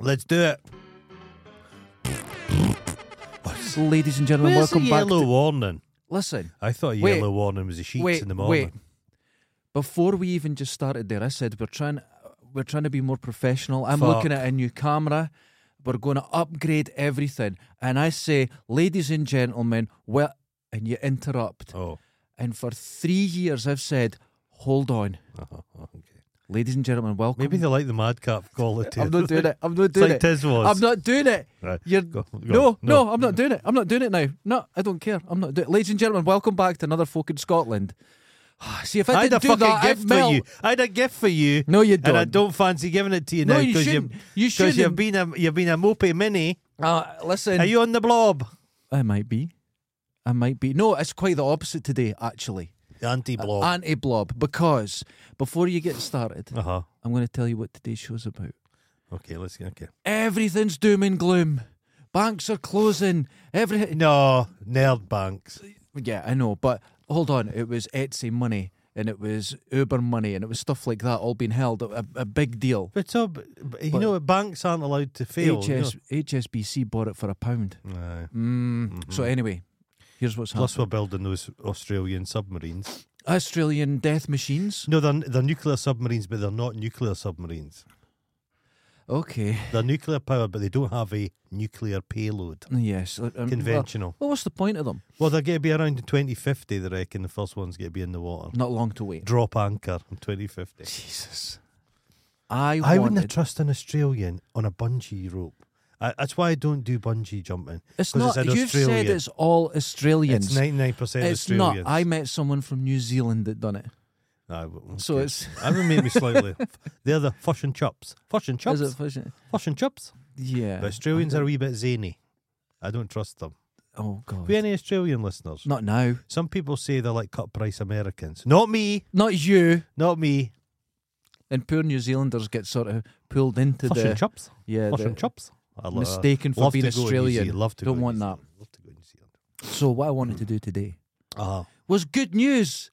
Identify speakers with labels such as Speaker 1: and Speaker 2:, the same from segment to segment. Speaker 1: Let's do it.
Speaker 2: Ladies and gentlemen,
Speaker 1: Where's the
Speaker 2: welcome back.
Speaker 1: yellow
Speaker 2: To,
Speaker 1: warning?
Speaker 2: listen,
Speaker 1: I thought
Speaker 2: Wait,
Speaker 1: yellow warning was the sheets
Speaker 2: wait,
Speaker 1: in the morning.
Speaker 2: wait. Before we even just started there, I said we're trying, we're trying to be more professional. I'm
Speaker 1: Fuck.
Speaker 2: looking at a new camera. We're going to upgrade everything, and I say, ladies and gentlemen, well, and you interrupt.
Speaker 1: Oh,
Speaker 2: And for three years, I've said, hold on,
Speaker 1: okay.
Speaker 2: ladies and gentlemen, welcome.
Speaker 1: Maybe they like the madcap quality.
Speaker 2: I'm not doing it. I'm not
Speaker 1: It's
Speaker 2: doing
Speaker 1: like
Speaker 2: it.
Speaker 1: Tiz was.
Speaker 2: I'm not doing it.
Speaker 1: Right.
Speaker 2: You're
Speaker 1: Go- go
Speaker 2: no,
Speaker 1: on.
Speaker 2: no, I'm not doing it. I'm not doing it now. No, I don't care. I'm not doing it. Ladies and gentlemen, welcome back to another folk in Scotland. See if I,
Speaker 1: I had
Speaker 2: didn't
Speaker 1: a
Speaker 2: do
Speaker 1: fucking
Speaker 2: that, I'd
Speaker 1: gift for
Speaker 2: melt.
Speaker 1: you. I had a gift for you.
Speaker 2: No, you don't.
Speaker 1: And I don't fancy giving it to you
Speaker 2: No,
Speaker 1: now
Speaker 2: you
Speaker 1: because
Speaker 2: shouldn't. You
Speaker 1: because
Speaker 2: shouldn't.
Speaker 1: you've been a you've been a mopey mini.
Speaker 2: Uh, listen,
Speaker 1: Are you on the blob?
Speaker 2: I might be. I might be. No, it's quite the opposite today, actually.
Speaker 1: Anti blob.
Speaker 2: Anti blob, because before you get started,
Speaker 1: Uh huh.
Speaker 2: I'm going to tell you what today's show's about.
Speaker 1: Okay, let's get okay.
Speaker 2: Everything's doom and gloom. Banks are closing. Everything.
Speaker 1: No, nerd banks.
Speaker 2: Yeah, I know, but hold on. It was Etsy money and it was Uber money and it was stuff like that all being held. A, a big deal.
Speaker 1: But so, but- but you
Speaker 2: But-
Speaker 1: know, banks aren't allowed to fail. you know.
Speaker 2: HS, HSBC bought it for a pound.
Speaker 1: Aye.
Speaker 2: Mm. So, anyway, here's what's
Speaker 1: Mm-hmm. Plus,
Speaker 2: happening
Speaker 1: we're building those Australian submarines.
Speaker 2: Australian death machines.
Speaker 1: No, they're they're nuclear submarines, but they're not nuclear submarines.
Speaker 2: Okay.
Speaker 1: They're nuclear powered, but they don't have a nuclear payload.
Speaker 2: Yes. um, well-
Speaker 1: Conventional.
Speaker 2: Well, what's the point of them?
Speaker 1: Well, they're going to be around in 2050, they reckon. The first one's going to be in the water.
Speaker 2: Not long to wait.
Speaker 1: Drop anchor in 2050.
Speaker 2: Jesus. I,
Speaker 1: I wouldn't
Speaker 2: wanted.
Speaker 1: trust an Australian on a bungee rope. I, that's why I don't do bungee jumping.
Speaker 2: it's
Speaker 1: 'cause
Speaker 2: not.
Speaker 1: an
Speaker 2: you've said
Speaker 1: Australian.
Speaker 2: it's all Australians.
Speaker 1: It's 99%
Speaker 2: It's not.
Speaker 1: Australians.
Speaker 2: I met someone from New Zealand that done it.
Speaker 1: Ah, well,
Speaker 2: So
Speaker 1: okay.
Speaker 2: it's.
Speaker 1: That would make me slightly. They're the fush and chups. Fush and chups.
Speaker 2: Is it fishing?
Speaker 1: Fush and chups.
Speaker 2: Yeah.
Speaker 1: The Australians are a wee bit zany. I don't trust them.
Speaker 2: Oh God.
Speaker 1: Have we any Australian listeners?
Speaker 2: Not now.
Speaker 1: Some people say they're like cut price Americans. Not me.
Speaker 2: Not you.
Speaker 1: Not me.
Speaker 2: And poor New Zealanders get sort of pulled into
Speaker 1: Fush
Speaker 2: the
Speaker 1: and chups.
Speaker 2: yeah.
Speaker 1: Fush
Speaker 2: the-
Speaker 1: and chups. I lo-
Speaker 2: uh, mistaken for
Speaker 1: love
Speaker 2: being
Speaker 1: to go to New
Speaker 2: Australian.
Speaker 1: Zealand. Love to
Speaker 2: Don't
Speaker 1: go to
Speaker 2: want
Speaker 1: New
Speaker 2: that.
Speaker 1: Zealand. Love to go to New Zealand.
Speaker 2: so what I wanted to do today
Speaker 1: Ah.
Speaker 2: was good news.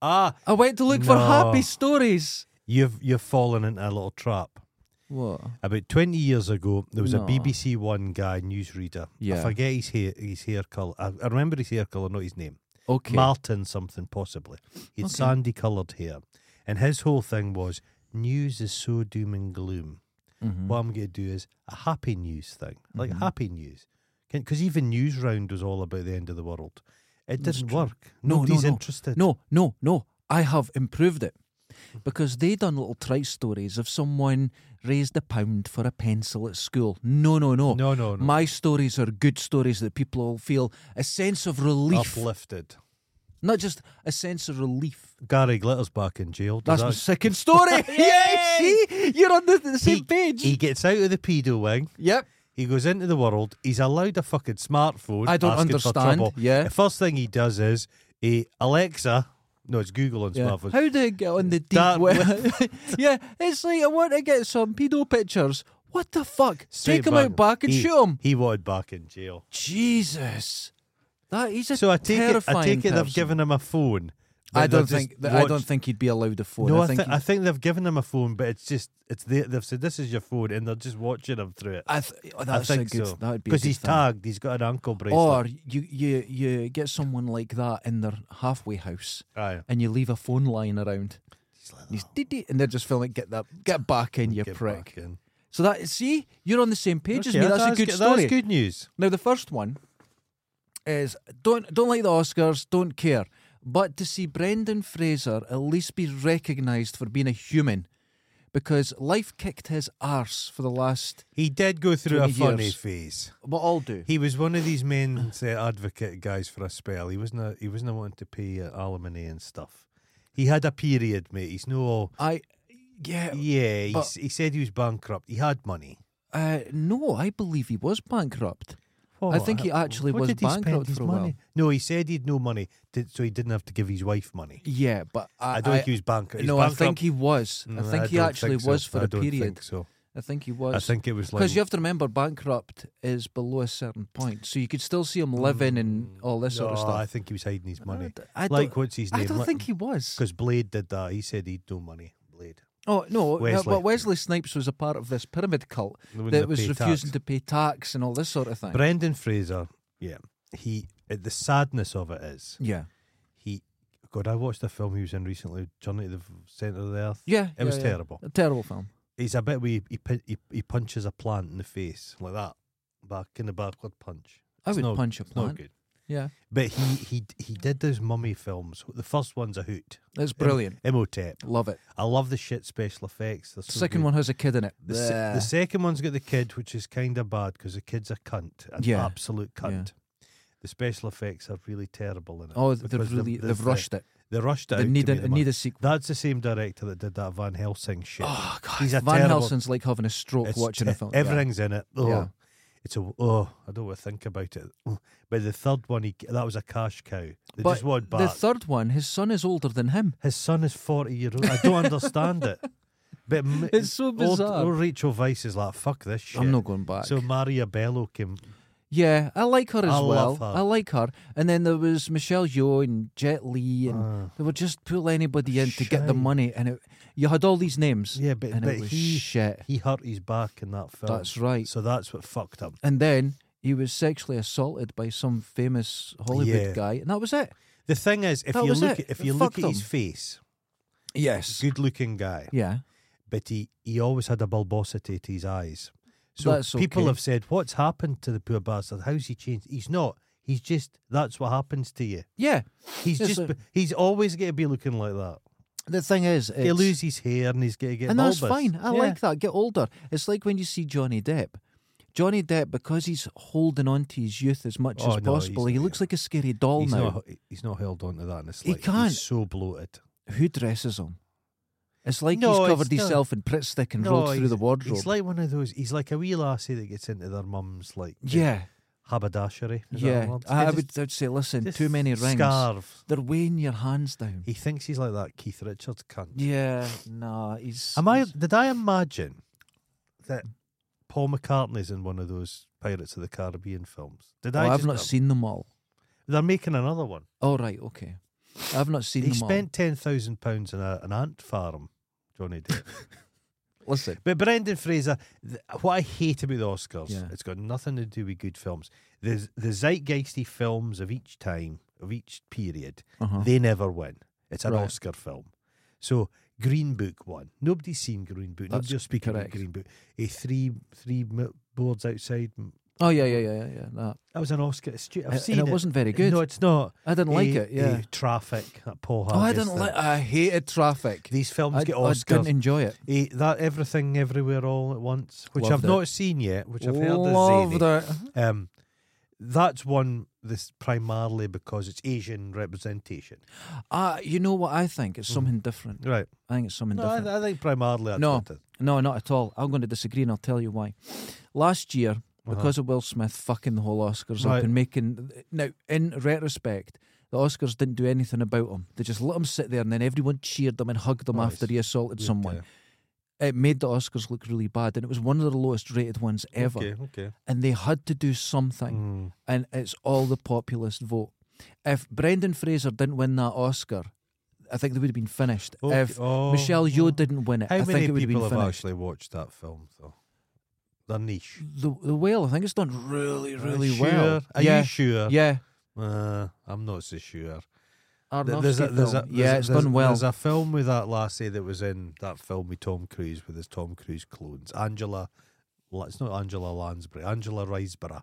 Speaker 1: Ah,
Speaker 2: I went to look for
Speaker 1: No.
Speaker 2: happy stories.
Speaker 1: you've you've fallen into a little trap.
Speaker 2: What?
Speaker 1: About twenty years ago, there was
Speaker 2: No.
Speaker 1: a BBC One guy newsreader.
Speaker 2: Yeah.
Speaker 1: I forget his hair, his hair color. I, I remember his hair color, not his name.
Speaker 2: Okay.
Speaker 1: Martin something possibly. He had
Speaker 2: Okay.
Speaker 1: sandy coloured hair, and his whole thing was news is so doom and gloom.
Speaker 2: Mhm.
Speaker 1: What I'm going to do is a happy news thing, like
Speaker 2: Mm-hmm.
Speaker 1: happy news, because even news round was all about the end of the world. It didn't work.
Speaker 2: No, no,
Speaker 1: Nobody's
Speaker 2: no.
Speaker 1: interested.
Speaker 2: No, no, no. I have improved it because they done little trite stories of someone raised a pound for a pencil at school. No, no, no.
Speaker 1: No, no, no.
Speaker 2: My stories are good stories that people will feel a sense of relief,
Speaker 1: uplifted.
Speaker 2: not just a sense of relief.
Speaker 1: Gary Glitter's back in jail. Does
Speaker 2: That's my
Speaker 1: that-
Speaker 2: second story.
Speaker 1: Yay!
Speaker 2: yeah, see, you're on the, the same
Speaker 1: he,
Speaker 2: page.
Speaker 1: He gets out of the pedo wing.
Speaker 2: yep.
Speaker 1: He goes into the world. He's allowed a fucking smartphone.
Speaker 2: I don't
Speaker 1: asking for
Speaker 2: understand,
Speaker 1: trouble.
Speaker 2: yeah.
Speaker 1: The first thing he does is he Alexa. No, it's Google on
Speaker 2: Yeah.
Speaker 1: smartphones.
Speaker 2: How do I get on the deep
Speaker 1: Dark
Speaker 2: web? yeah, it's like I want to get some pedo pictures. What the fuck?
Speaker 1: Straight
Speaker 2: Take him out back and
Speaker 1: he,
Speaker 2: shoot him.
Speaker 1: He wanted back in jail.
Speaker 2: Jesus, that he's a
Speaker 1: So I take it.
Speaker 2: terrifying
Speaker 1: I take it. They've
Speaker 2: person.
Speaker 1: given him a phone.
Speaker 2: I
Speaker 1: They're- they're
Speaker 2: don't
Speaker 1: just
Speaker 2: think. that I don't
Speaker 1: watch-
Speaker 2: think he'd be allowed a phone.
Speaker 1: No,
Speaker 2: I think.
Speaker 1: I,
Speaker 2: he-
Speaker 1: think they've given him a phone, but it's just it's they, they've said this is your phone, and they're just watching him through it.
Speaker 2: I th- oh,
Speaker 1: I
Speaker 2: that's
Speaker 1: think
Speaker 2: a good.
Speaker 1: so
Speaker 2: That would be a
Speaker 1: because
Speaker 2: good
Speaker 1: he's
Speaker 2: thing.
Speaker 1: tagged. He's got an ankle bracelet.
Speaker 2: Or you, you you get someone like that in their halfway house,
Speaker 1: Aye.
Speaker 2: and you leave a phone line around.
Speaker 1: He's like,
Speaker 2: And he's dee dee, and they're just feeling like, get that, get back in, you
Speaker 1: "Get
Speaker 2: Oh, prick.
Speaker 1: back in."
Speaker 2: So that see, you're on the same page as
Speaker 1: Okay,
Speaker 2: me. That's, a good story.
Speaker 1: That's good news.
Speaker 2: Now the first one is don't don't like the Oscars, don't care, but to see Brendan Fraser at least be recognised for being a human, because life kicked his arse for the last.
Speaker 1: He did go through a
Speaker 2: 20
Speaker 1: funny
Speaker 2: years.
Speaker 1: phase.
Speaker 2: But all do.
Speaker 1: He was one of these men's uh, advocate guys for a spell. He wasn't. A, he wasn't wanting to pay uh, alimony and stuff. He had a period, mate. He's no. all-
Speaker 2: I yeah
Speaker 1: Yeah, he,
Speaker 2: But-
Speaker 1: s- he said he was bankrupt. He had money.
Speaker 2: uh, no, I believe he was bankrupt. I
Speaker 1: What?
Speaker 2: think he actually
Speaker 1: What
Speaker 2: was
Speaker 1: did he spend
Speaker 2: bankrupt
Speaker 1: his
Speaker 2: for a
Speaker 1: money?
Speaker 2: while.
Speaker 1: No, he said he'd no money, did, so he didn't have to give his wife money.
Speaker 2: Yeah, but I,
Speaker 1: I don't
Speaker 2: I-
Speaker 1: think he was bankrupt. He's
Speaker 2: no,
Speaker 1: bankrupt.
Speaker 2: I think he was. I
Speaker 1: No,
Speaker 2: think he
Speaker 1: don't
Speaker 2: actually
Speaker 1: think so.
Speaker 2: was for
Speaker 1: I
Speaker 2: a
Speaker 1: don't
Speaker 2: period.
Speaker 1: Think so
Speaker 2: I think he was.
Speaker 1: I think it was like
Speaker 2: Because you have to remember, bankrupt is below a certain point, so you could still see him living and all this sort of
Speaker 1: Mm. No,
Speaker 2: stuff.
Speaker 1: I think he was hiding his money.
Speaker 2: d- I
Speaker 1: like
Speaker 2: don't-
Speaker 1: what's his name?
Speaker 2: I don't think he was.
Speaker 1: because Blade did that. He said he'd no money. Blade.
Speaker 2: Oh no,
Speaker 1: Wesley.
Speaker 2: Wesley. but Wesley Snipes was a part of this pyramid cult
Speaker 1: They wouldn't
Speaker 2: that
Speaker 1: have
Speaker 2: was
Speaker 1: paid
Speaker 2: refusing
Speaker 1: tax.
Speaker 2: to pay tax and all this sort of thing.
Speaker 1: Brendan Fraser, yeah, he uh, the sadness of it is
Speaker 2: yeah,
Speaker 1: he. God, I watched a film he was in recently, Journey to the Center of the Earth.
Speaker 2: yeah,
Speaker 1: it was
Speaker 2: yeah, yeah.
Speaker 1: terrible.
Speaker 2: A terrible film.
Speaker 1: It's a bit where he, he pin- he he punches a plant in the face like that, back in the backward punch.
Speaker 2: I
Speaker 1: It's
Speaker 2: would
Speaker 1: no-
Speaker 2: punch a
Speaker 1: It's not
Speaker 2: plant.
Speaker 1: good.
Speaker 2: Yeah,
Speaker 1: But he he he did those mummy films. The first one's a hoot.
Speaker 2: it's brilliant.
Speaker 1: Imhotep.
Speaker 2: Love it.
Speaker 1: E I love the shit special effects. They're so
Speaker 2: Second
Speaker 1: good.
Speaker 2: one has a kid in it.
Speaker 1: The, se- the
Speaker 2: Bleh.
Speaker 1: second one's got the kid, which is kind of bad because the kid's a cunt, an
Speaker 2: Yeah.
Speaker 1: absolute cunt. The special effects are really terrible in it.
Speaker 2: oh,
Speaker 1: because
Speaker 2: they've really they've, rushed it.
Speaker 1: They rushed it.
Speaker 2: They
Speaker 1: out
Speaker 2: need
Speaker 1: to
Speaker 2: a,
Speaker 1: be the
Speaker 2: they need
Speaker 1: money.
Speaker 2: a sequel.
Speaker 1: That's the same director that did that Van Helsing shit.
Speaker 2: Oh god,
Speaker 1: He's a
Speaker 2: Van
Speaker 1: terrible-
Speaker 2: Helsing's like having a stroke
Speaker 1: It's
Speaker 2: watching a
Speaker 1: te-
Speaker 2: film. Yeah.
Speaker 1: Everything's in it. Oh,
Speaker 2: Yeah.
Speaker 1: it's a oh, I don't want to think about it. Oh. But the third one, he that was a cash cow. They
Speaker 2: But
Speaker 1: just want back.
Speaker 2: the third one, his son is older than him.
Speaker 1: His son is 40 year old. I don't understand it. But m-
Speaker 2: It's so bizarre.
Speaker 1: Old, old Rachel Weisz is like, fuck this shit.
Speaker 2: I'm not going back.
Speaker 1: So Maria Bello came.
Speaker 2: Yeah, I like her as
Speaker 1: I
Speaker 2: well.
Speaker 1: love her.
Speaker 2: I like her. And then there was Michelle Yeoh and Jet Li, and
Speaker 1: Ah.
Speaker 2: they would just pull anybody in to get the
Speaker 1: Shite.
Speaker 2: money. And it, you had all these names.
Speaker 1: Yeah, but,
Speaker 2: and
Speaker 1: but
Speaker 2: it was
Speaker 1: he
Speaker 2: shit.
Speaker 1: he hurt his back in that film.
Speaker 2: That's right.
Speaker 1: So that's what fucked him.
Speaker 2: And then he was sexually assaulted by some famous Hollywood
Speaker 1: Yeah.
Speaker 2: guy, and that was it.
Speaker 1: The thing is, if
Speaker 2: That
Speaker 1: you
Speaker 2: was
Speaker 1: look
Speaker 2: it.
Speaker 1: if
Speaker 2: It
Speaker 1: you look
Speaker 2: fucked
Speaker 1: at his
Speaker 2: him.
Speaker 1: face,
Speaker 2: Yes.
Speaker 1: good looking guy,
Speaker 2: Yeah.
Speaker 1: but he he always had a bulbosity to his eyes. So
Speaker 2: That's
Speaker 1: people
Speaker 2: okay.
Speaker 1: have said, "What's happened to the poor bastard? How's he changed?" He's not. He's just. That's what happens to you.
Speaker 2: Yeah.
Speaker 1: He's
Speaker 2: Yes,
Speaker 1: just.
Speaker 2: sir.
Speaker 1: he's always going to be looking like that.
Speaker 2: The thing is,
Speaker 1: He
Speaker 2: it's,
Speaker 1: lose his hair and he's going to get.
Speaker 2: and that's
Speaker 1: bulbous.
Speaker 2: fine. I
Speaker 1: Yeah.
Speaker 2: like that. Get older. It's like when you see Johnny Depp. Johnny Depp, because he's holding on to his youth as much
Speaker 1: Oh, no,
Speaker 2: as
Speaker 1: he's
Speaker 2: possible,
Speaker 1: not,
Speaker 2: he
Speaker 1: yeah.
Speaker 2: looks like a scary doll
Speaker 1: He's
Speaker 2: now.
Speaker 1: not. He's not held on to that in the
Speaker 2: He
Speaker 1: slightest.
Speaker 2: can't.
Speaker 1: He's so bloated.
Speaker 2: who dresses him? It's like
Speaker 1: No,
Speaker 2: he's covered
Speaker 1: it's not-
Speaker 2: himself in Pritt stick and rolled through
Speaker 1: he's-
Speaker 2: the wardrobe.
Speaker 1: He's like one of those. He's like a wee lassie that gets into their mum's like
Speaker 2: yeah,
Speaker 1: haberdashery. Is that a
Speaker 2: yeah.
Speaker 1: word?
Speaker 2: I, I
Speaker 1: just-
Speaker 2: would, I'd say, listen,
Speaker 1: just
Speaker 2: too many rings.
Speaker 1: Scarves.
Speaker 2: They're weighing your hands down.
Speaker 1: He thinks he's like that Keith Richards cunt.
Speaker 2: Yeah, nah, he's.
Speaker 1: Am I?
Speaker 2: he's-
Speaker 1: Did I imagine that Paul McCartney's in one of those Pirates of the Caribbean films? Did
Speaker 2: Oh,
Speaker 1: I?
Speaker 2: I've
Speaker 1: just-
Speaker 2: not seen them all.
Speaker 1: They're making another one.
Speaker 2: All right, okay. I've not seen
Speaker 1: He
Speaker 2: them
Speaker 1: spent ten thousand pounds on a, an ant farm. Johnny Depp.
Speaker 2: all. Listen,
Speaker 1: But Brendan Fraser, th- what I hate about the Oscars,
Speaker 2: Yeah.
Speaker 1: it's got nothing to do with good films. The the zeitgeisty films of each time, of each period,
Speaker 2: Uh-huh.
Speaker 1: they never win. It's an
Speaker 2: Right.
Speaker 1: Oscar film. So Green Book won. Nobody's seen Green Book.
Speaker 2: That's
Speaker 1: Nobody's speaking
Speaker 2: correct.
Speaker 1: about Green Book. A three three m- boards outside. m-
Speaker 2: oh yeah, yeah, yeah, yeah, yeah. That.
Speaker 1: That was an Oscar. It's stu- I've
Speaker 2: And-
Speaker 1: seen
Speaker 2: and it wasn't very good.
Speaker 1: No, it's not.
Speaker 2: I didn't like it. Yeah.
Speaker 1: traffic. That Paul
Speaker 2: oh, I
Speaker 1: Haggis
Speaker 2: didn't
Speaker 1: thing.
Speaker 2: like. I hated traffic.
Speaker 1: These films
Speaker 2: I,
Speaker 1: get
Speaker 2: I didn't
Speaker 1: Oscars.
Speaker 2: enjoy it.
Speaker 1: Eh, that everything everywhere all at once, which
Speaker 2: Loved
Speaker 1: I've
Speaker 2: it.
Speaker 1: not seen yet, which I've heard
Speaker 2: Loved
Speaker 1: is zany.
Speaker 2: it.
Speaker 1: Um, that's one this primarily because it's Asian representation,
Speaker 2: Ah, you know what I think? It's something different.
Speaker 1: right?
Speaker 2: I think it's something
Speaker 1: No,
Speaker 2: different.
Speaker 1: I, I think primarily that's
Speaker 2: No.
Speaker 1: what it is.
Speaker 2: No, not at all. I'm going to disagree, and I'll tell you why. Last year, because of Will Smith fucking the whole Oscars
Speaker 1: Uh-huh. Right.
Speaker 2: up and making now, in retrospect, the Oscars didn't do anything about him. They just let him sit there, and then everyone cheered him and hugged him
Speaker 1: Nice.
Speaker 2: after he assaulted
Speaker 1: Good,
Speaker 2: someone. It made the Oscars look really bad, and it was one of the lowest rated ones
Speaker 1: yeah.
Speaker 2: ever.
Speaker 1: Okay, okay.
Speaker 2: And they had to do
Speaker 1: Mm.
Speaker 2: something, and it's all the populist vote. If Brendan Fraser didn't win that Oscar, I think they would have been finished.
Speaker 1: Okay,
Speaker 2: If
Speaker 1: oh.
Speaker 2: Michelle Yeoh didn't win it,
Speaker 1: How
Speaker 2: I
Speaker 1: many
Speaker 2: think it would have
Speaker 1: people
Speaker 2: been
Speaker 1: have,
Speaker 2: finished.
Speaker 1: actually watched that film though? The niche.
Speaker 2: the the whale. I think it's done really,
Speaker 1: Are you
Speaker 2: really
Speaker 1: sure?
Speaker 2: well.
Speaker 1: Are
Speaker 2: yeah,
Speaker 1: you sure?
Speaker 2: yeah.
Speaker 1: Uh, I'm not so sure. Th-
Speaker 2: Aronofsky
Speaker 1: There's a, there's a,
Speaker 2: film.
Speaker 1: there's
Speaker 2: yeah,
Speaker 1: a-
Speaker 2: it's
Speaker 1: there's-
Speaker 2: done well.
Speaker 1: There's a film with that lassie that was in that film with Tom Cruise with his Tom Cruise clones. Angela, La- it's not Angela Lansbury, Angela Riseborough.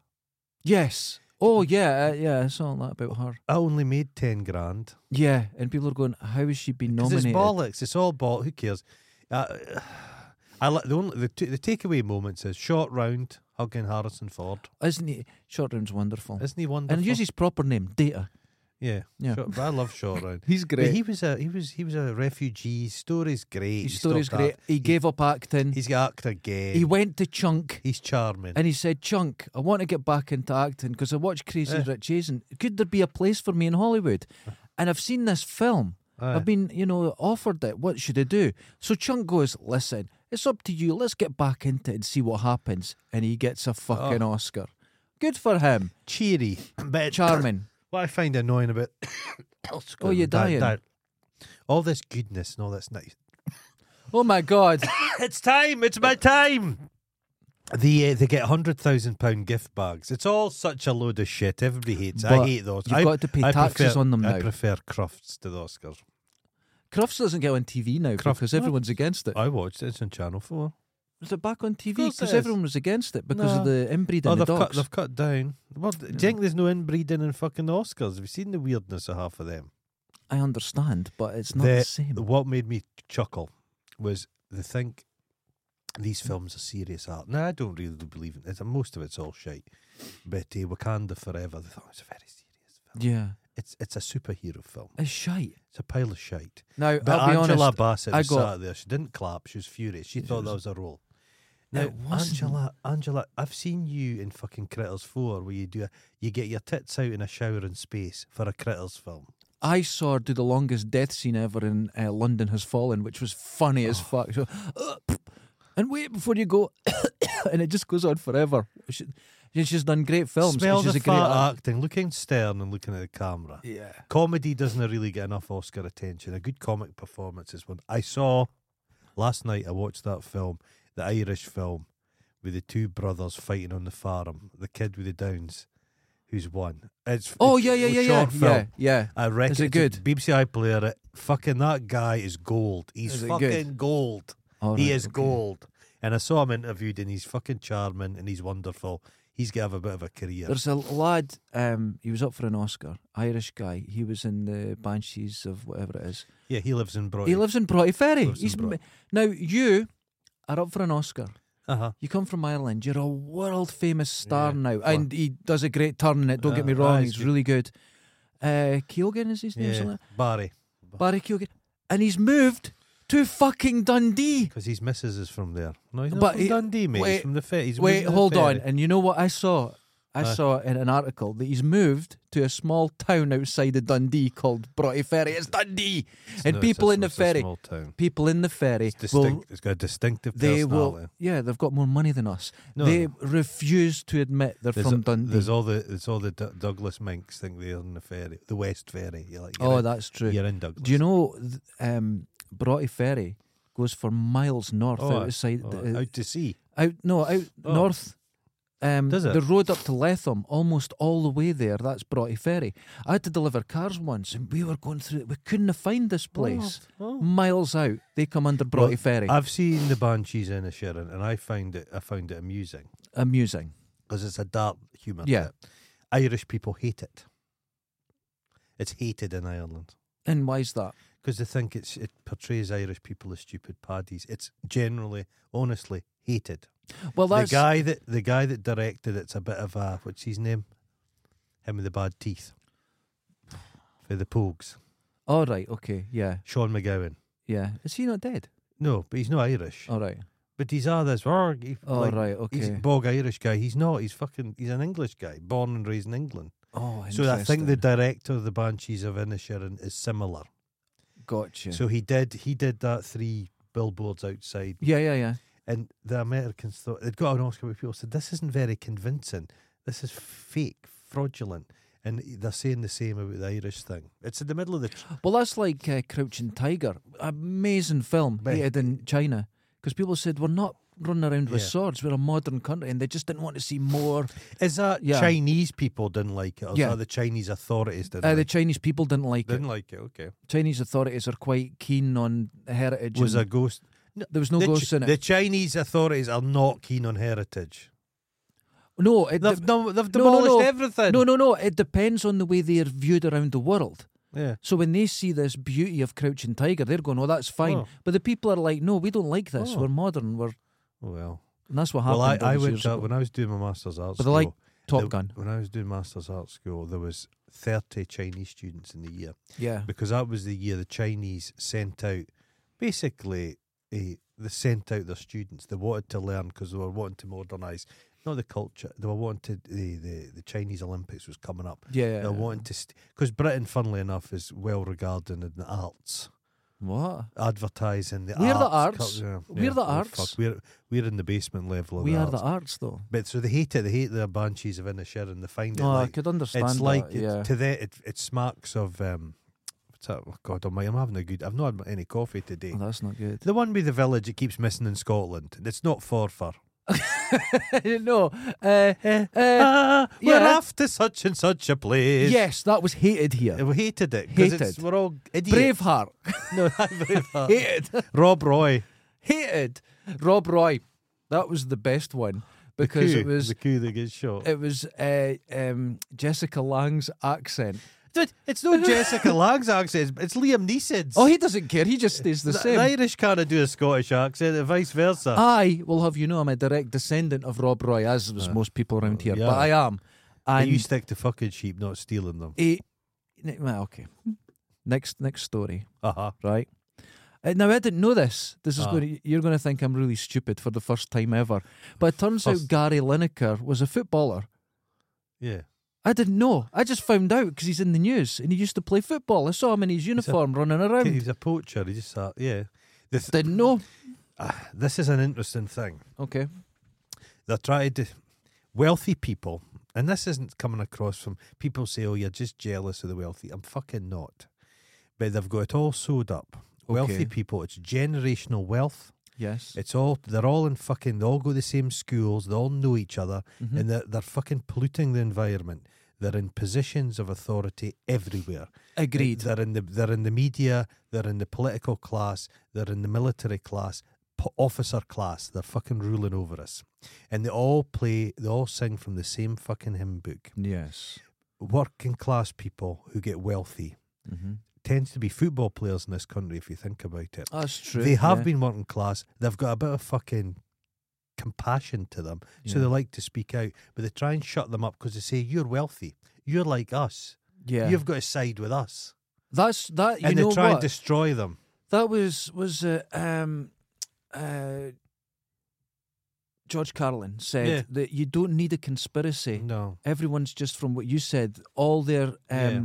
Speaker 2: yes. Oh yeah, uh, yeah. I saw that about her.
Speaker 1: I only made ten grand.
Speaker 2: Yeah, and people are going, "How has she been
Speaker 1: 'Cause
Speaker 2: nominated?"
Speaker 1: It's bollocks. It's all ball. Who cares? Uh, I like the only the, t- the takeaway moments is short round hugging Harrison Ford.
Speaker 2: Isn't he? Short round's wonderful.
Speaker 1: Isn't he wonderful?
Speaker 2: and use his proper name, Data.
Speaker 1: yeah,
Speaker 2: Yeah.
Speaker 1: Short, but I love short round.
Speaker 2: He's
Speaker 1: But he was a he was he was a refugee. His story's great.
Speaker 2: His
Speaker 1: He
Speaker 2: story's
Speaker 1: stopped
Speaker 2: great.
Speaker 1: act-
Speaker 2: He gave up acting.
Speaker 1: He's got actor again.
Speaker 2: He went to Chunk.
Speaker 1: he's charming.
Speaker 2: And he said, Chunk, I want to get back into acting because I watched Crazy
Speaker 1: Eh.
Speaker 2: Rich Asian. Could there be a place for me in Hollywood? And I've seen this film.
Speaker 1: Aye.
Speaker 2: I've been, you know, offered it. What should I do? So Chunk goes, Listen, it's up to you. Let's get back into it and see what happens. And he gets a fucking Oscar. Good for him.
Speaker 1: cheery, but
Speaker 2: Charming.
Speaker 1: What I find annoying about
Speaker 2: Oh, you're dying.
Speaker 1: all this goodness and all this nice
Speaker 2: Oh my God.
Speaker 1: It's time. It's my time. The, uh, they get hundred thousand pound gift bags. It's all such a load of shit. Everybody hates. it. I
Speaker 2: But
Speaker 1: hate those.
Speaker 2: you've
Speaker 1: I,
Speaker 2: got to pay
Speaker 1: I
Speaker 2: taxes
Speaker 1: prefer-
Speaker 2: on them
Speaker 1: I
Speaker 2: now.
Speaker 1: prefer Crufts to the Oscars.
Speaker 2: Crufts doesn't get on TV now because everyone's against it.
Speaker 1: I watched it. It's on Channel Four.
Speaker 2: Is it back on TV?
Speaker 1: course it
Speaker 2: Because
Speaker 1: is.
Speaker 2: everyone was against it because of
Speaker 1: No.
Speaker 2: the inbreeding
Speaker 1: oh,
Speaker 2: of
Speaker 1: they've cut.
Speaker 2: dogs.
Speaker 1: They've cut down. Well, Do you think there's no inbreeding in fucking Oscars? Have you seen the weirdness of half of them?
Speaker 2: I understand, but it's not the, same.
Speaker 1: What made me chuckle was they think these films are serious art. Now I don't really believe in it. Most of it's all shite. But uh, Wakanda Forever, they thought it's a very serious film.
Speaker 2: yeah,
Speaker 1: It's it's a superhero film.
Speaker 2: it's shite.
Speaker 1: It's a pile of shite.
Speaker 2: Now
Speaker 1: But
Speaker 2: Uh, I'll be
Speaker 1: Angela
Speaker 2: honest.
Speaker 1: Bassett
Speaker 2: I
Speaker 1: was
Speaker 2: got-
Speaker 1: sat there. She didn't clap. She was furious. She thought that was a role. Now,
Speaker 2: It wasn't.
Speaker 1: Angela, Angela, I've seen you in fucking Critters Four, where you do a, you get your tits out in a shower in space for a Critters film.
Speaker 2: I saw her do the longest death scene ever in uh, London Has Fallen, which was funny
Speaker 1: Oh.
Speaker 2: as fuck. She went, "Uh, pff, and wait before you go, and it just goes on forever. She, she's done great films. and
Speaker 1: Smell
Speaker 2: she's
Speaker 1: the uh,
Speaker 2: a great
Speaker 1: fat
Speaker 2: act-
Speaker 1: acting, looking stern and looking at the camera.
Speaker 2: Yeah.
Speaker 1: Comedy doesn't really get enough Oscar attention. A good comic performance is one. I saw last night. I watched that film, the Irish film, with the two brothers fighting on the farm. The kid with the downs, who's won. It's
Speaker 2: Oh
Speaker 1: it's
Speaker 2: yeah, yeah,
Speaker 1: a
Speaker 2: yeah, yeah,
Speaker 1: short film.
Speaker 2: yeah, yeah.
Speaker 1: I reckon
Speaker 2: Is it
Speaker 1: it's a
Speaker 2: good?
Speaker 1: BBC iPlayer. It uh, fucking that guy is gold. He's
Speaker 2: Is it
Speaker 1: fucking
Speaker 2: good?
Speaker 1: gold.
Speaker 2: All
Speaker 1: he
Speaker 2: right,
Speaker 1: is
Speaker 2: okay.
Speaker 1: gold. And I saw him interviewed, and he's fucking charming, and he's wonderful. He's gonna have a bit of a career.
Speaker 2: There's a lad. Um, he was up for an Oscar. Irish guy. He was in the Banshees of whatever it is.
Speaker 1: yeah, he lives in Broughton.
Speaker 2: He lives in Broughty Ferry.
Speaker 1: Lives in
Speaker 2: He's
Speaker 1: Broughty.
Speaker 2: now you are up for an Oscar.
Speaker 1: uh huh.
Speaker 2: You come from Ireland. You're a world famous star
Speaker 1: Yeah,
Speaker 2: now,
Speaker 1: fuck.
Speaker 2: and he does a great turn in it. Don't get me
Speaker 1: Uh,
Speaker 2: wrong.
Speaker 1: aye,
Speaker 2: He's
Speaker 1: he's
Speaker 2: really good. Uh, Keoghan is his name.
Speaker 1: Yeah,
Speaker 2: something
Speaker 1: Barry,
Speaker 2: like- Barry Keoghan, and he's moved to fucking Dundee.
Speaker 1: because his missus is from there. No, he's
Speaker 2: But
Speaker 1: not from
Speaker 2: he-
Speaker 1: Dundee, mate.
Speaker 2: wait-
Speaker 1: he's from the fair. He's
Speaker 2: Wait,
Speaker 1: from the
Speaker 2: hold on.
Speaker 1: ferry.
Speaker 2: And you know what I saw? I
Speaker 1: Aye.
Speaker 2: saw in an article that he's moved to a small town outside of Dundee called Broughty Ferry. It's Dundee, and
Speaker 1: No, it's
Speaker 2: people
Speaker 1: a-
Speaker 2: in the
Speaker 1: it's a
Speaker 2: ferry,
Speaker 1: small town.
Speaker 2: people in the ferry
Speaker 1: It's distinct.
Speaker 2: will
Speaker 1: it's got a distinctive
Speaker 2: they
Speaker 1: personality.
Speaker 2: will yeah they've got more money than us
Speaker 1: No,
Speaker 2: they refuse to admit they're
Speaker 1: There's,
Speaker 2: from
Speaker 1: a-
Speaker 2: dundee
Speaker 1: there's all the there's all the D- Douglas minks think they're in the ferry, the West Ferry. You're like, you're
Speaker 2: oh
Speaker 1: in,
Speaker 2: that's true
Speaker 1: you're in Douglas.
Speaker 2: do you know th- um broughty ferry goes for miles north
Speaker 1: Oh,
Speaker 2: outside
Speaker 1: Oh,
Speaker 2: the, uh,
Speaker 1: out to sea.
Speaker 2: out no out
Speaker 1: Oh.
Speaker 2: north um,
Speaker 1: Does it?
Speaker 2: The road up to Letham, almost all the way there. That's Broughty Ferry. I had to deliver cars once, and we were going through. We couldn't find
Speaker 1: Oh.
Speaker 2: this place. Miles out, they come under Broughty Ferry.
Speaker 1: I've seen the Banshees in a Sharon, and I find it I find it amusing
Speaker 2: Amusing.
Speaker 1: because it's a dark humour. to
Speaker 2: Yeah.
Speaker 1: it. Irish people hate it. It's hated in Ireland
Speaker 2: And why's that?
Speaker 1: because they think it's it portrays Irish people as stupid paddies. It's generally, honestly, hated.
Speaker 2: Well, that's
Speaker 1: the guy that the guy that directed it's a bit of a what's his name? Him with the bad teeth for the Pogues.
Speaker 2: all right. Okay, yeah,
Speaker 1: Sean McGowan.
Speaker 2: yeah. Is he not dead?
Speaker 1: No, but he's not Irish.
Speaker 2: All right.
Speaker 1: But he's all this. "Oh, he-
Speaker 2: All
Speaker 1: like,
Speaker 2: Oh. right.
Speaker 1: He's a
Speaker 2: Okay.
Speaker 1: bog Irish guy. He's not. He's fucking. He's an English guy, born and raised in England.
Speaker 2: Oh,
Speaker 1: So I think the
Speaker 2: interesting.
Speaker 1: director of the Banshees of Inisherin is similar.
Speaker 2: gotcha.
Speaker 1: So he did. He did that three billboards outside,
Speaker 2: yeah, yeah, yeah.
Speaker 1: and the Americans thought they'd got an Oscar. But people said this isn't very convincing. This is fake, fraudulent, and they're saying the same about the Irish thing. It's in the middle of the.
Speaker 2: Well, that's like uh, Crouching Tiger, amazing film
Speaker 1: Right.
Speaker 2: hated in China because people said we're not running around with
Speaker 1: Yeah.
Speaker 2: swords, we're a modern country, and they just didn't want to see more.
Speaker 1: Is that
Speaker 2: Yeah.
Speaker 1: Chinese people didn't like it, or is
Speaker 2: Yeah.
Speaker 1: that the Chinese authorities didn't?
Speaker 2: Uh, the
Speaker 1: like
Speaker 2: Chinese people didn't
Speaker 1: it?
Speaker 2: like
Speaker 1: Didn't
Speaker 2: it.
Speaker 1: like it. Okay.
Speaker 2: Chinese authorities are quite keen on heritage.
Speaker 1: Was
Speaker 2: and
Speaker 1: a ghost. No,
Speaker 2: there was no
Speaker 1: the Chi-
Speaker 2: ghosts in it.
Speaker 1: The Chinese authorities are not keen on heritage.
Speaker 2: no, it,
Speaker 1: They've,
Speaker 2: de-
Speaker 1: done, they've
Speaker 2: no, no,
Speaker 1: demolished
Speaker 2: no.
Speaker 1: everything.
Speaker 2: no, no, no. It depends on the way they are viewed around the world.
Speaker 1: Yeah.
Speaker 2: So when they see this beauty of Crouching Tiger, they're going, "Oh, that's fine."
Speaker 1: Oh.
Speaker 2: But the people are like, "No, we don't like this.
Speaker 1: Oh.
Speaker 2: We're modern. We're."
Speaker 1: Well,
Speaker 2: And that's what happened.
Speaker 1: well I, uh,
Speaker 2: all
Speaker 1: I
Speaker 2: these
Speaker 1: went
Speaker 2: years
Speaker 1: to,
Speaker 2: ago.
Speaker 1: when I was doing my master's art
Speaker 2: But they
Speaker 1: school.
Speaker 2: like Top
Speaker 1: the-
Speaker 2: Gun.
Speaker 1: When I was doing master's art school, there was 30 Chinese students in the year
Speaker 2: Yeah.
Speaker 1: because that was the year the Chinese sent out, basically, eh, they sent out their students. They wanted to learn because they were wanting to modernise, not the culture. They were wanting to, the, the, the Chinese Olympics was coming up.
Speaker 2: Yeah.
Speaker 1: They wanted to, because Britain, funnily enough, is well regarded in the arts.
Speaker 2: What?
Speaker 1: advertising the
Speaker 2: We're the
Speaker 1: arts.
Speaker 2: arts.
Speaker 1: cul- yeah,
Speaker 2: We're
Speaker 1: yeah,
Speaker 2: the
Speaker 1: oh,
Speaker 2: arts.
Speaker 1: fuck, We're we're in the basement level of
Speaker 2: We
Speaker 1: the
Speaker 2: are
Speaker 1: arts.
Speaker 2: the arts, though.
Speaker 1: but so they hate it. They hate their banshees of Inisherin. They find it
Speaker 2: oh, I
Speaker 1: like
Speaker 2: could understand.
Speaker 1: it's like
Speaker 2: that,
Speaker 1: it-
Speaker 2: yeah.
Speaker 1: to them it, it smacks of um, What's that? Oh, God almighty, I'm having a good. I've not had any coffee today.
Speaker 2: Oh, that's not good.
Speaker 1: The one with the village that keeps missing in Scotland. It's not Forfar.
Speaker 2: no. Uh, uh,
Speaker 1: ah, we're
Speaker 2: yeah.
Speaker 1: off to such and such a place.
Speaker 2: yes, that was hated here.
Speaker 1: We hated it Uh-huh. because
Speaker 2: Hated.
Speaker 1: we're all idiots.
Speaker 2: Braveheart.
Speaker 1: No, not Braveheart.
Speaker 2: hated.
Speaker 1: Rob Roy.
Speaker 2: hated. Rob Roy. That was the best one because
Speaker 1: Coup.
Speaker 2: it was
Speaker 1: the coup that gets shot.
Speaker 2: it was uh, um, Jessica Lang's accent.
Speaker 1: Dude, it's not Jessica Lang's accent. It's Liam Neeson's.
Speaker 2: Oh, he doesn't care. He just stays the
Speaker 1: The
Speaker 2: same.
Speaker 1: Irish can't do a Scottish accent, and vice versa.
Speaker 2: I will have you know I'm a direct descendant of Rob Roy, as was most people around here.
Speaker 1: Uh, yeah.
Speaker 2: But I am.
Speaker 1: But
Speaker 2: And
Speaker 1: you stick to fucking sheep, not stealing them.
Speaker 2: he- n- well, okay. Next next story,
Speaker 1: Uh-huh.
Speaker 2: right? Uh, now I didn't know this. This is
Speaker 1: Ah.
Speaker 2: going. You're going to think I'm really stupid for the first time ever. But it turns
Speaker 1: First-
Speaker 2: out Gary Lineker was a footballer.
Speaker 1: Yeah.
Speaker 2: I didn't know. I just found out because he's in the news and he used to play football. I saw him in his uniform running
Speaker 1: He
Speaker 2: around.
Speaker 1: was a poacher. He just sat. Yeah. The th-
Speaker 2: Didn't know.
Speaker 1: ah, this is an interesting thing.
Speaker 2: Okay.
Speaker 1: They're trying to. Wealthy people, and this isn't coming across from people say, oh, you're just jealous of the wealthy. I'm fucking not. But they've got it all sewed up. Wealthy
Speaker 2: Okay.
Speaker 1: people, it's generational wealth.
Speaker 2: Yes.
Speaker 1: It's all they're all in fucking. They all go to the same schools. They all know each other,
Speaker 2: Mm-hmm.
Speaker 1: and they're, they're fucking polluting the environment. They're in positions of authority everywhere.
Speaker 2: Agreed.
Speaker 1: They're in the they're in the media. They're in the political class. They're in the military class. po- Officer class. They're fucking ruling over us, and they all play. They all sing from the same fucking hymn book.
Speaker 2: Yes.
Speaker 1: Working class people who get wealthy
Speaker 2: Mm-hmm.
Speaker 1: tends to be football players in this country. If you think about it,
Speaker 2: That's true.
Speaker 1: they have
Speaker 2: yeah.
Speaker 1: been working class. They've got a bit of fucking compassion to them, so
Speaker 2: Yeah.
Speaker 1: they like to speak out, but they try and shut them up because they say you're wealthy, you're like us,
Speaker 2: Yeah.
Speaker 1: you've got to side with us,
Speaker 2: That's that. You
Speaker 1: and
Speaker 2: know
Speaker 1: they try
Speaker 2: what?
Speaker 1: and destroy them.
Speaker 2: that was was uh, um, uh, George Carlin said
Speaker 1: Yeah.
Speaker 2: that you don't need a conspiracy.
Speaker 1: No,
Speaker 2: Everyone's just from what you said. All their um,
Speaker 1: Yeah.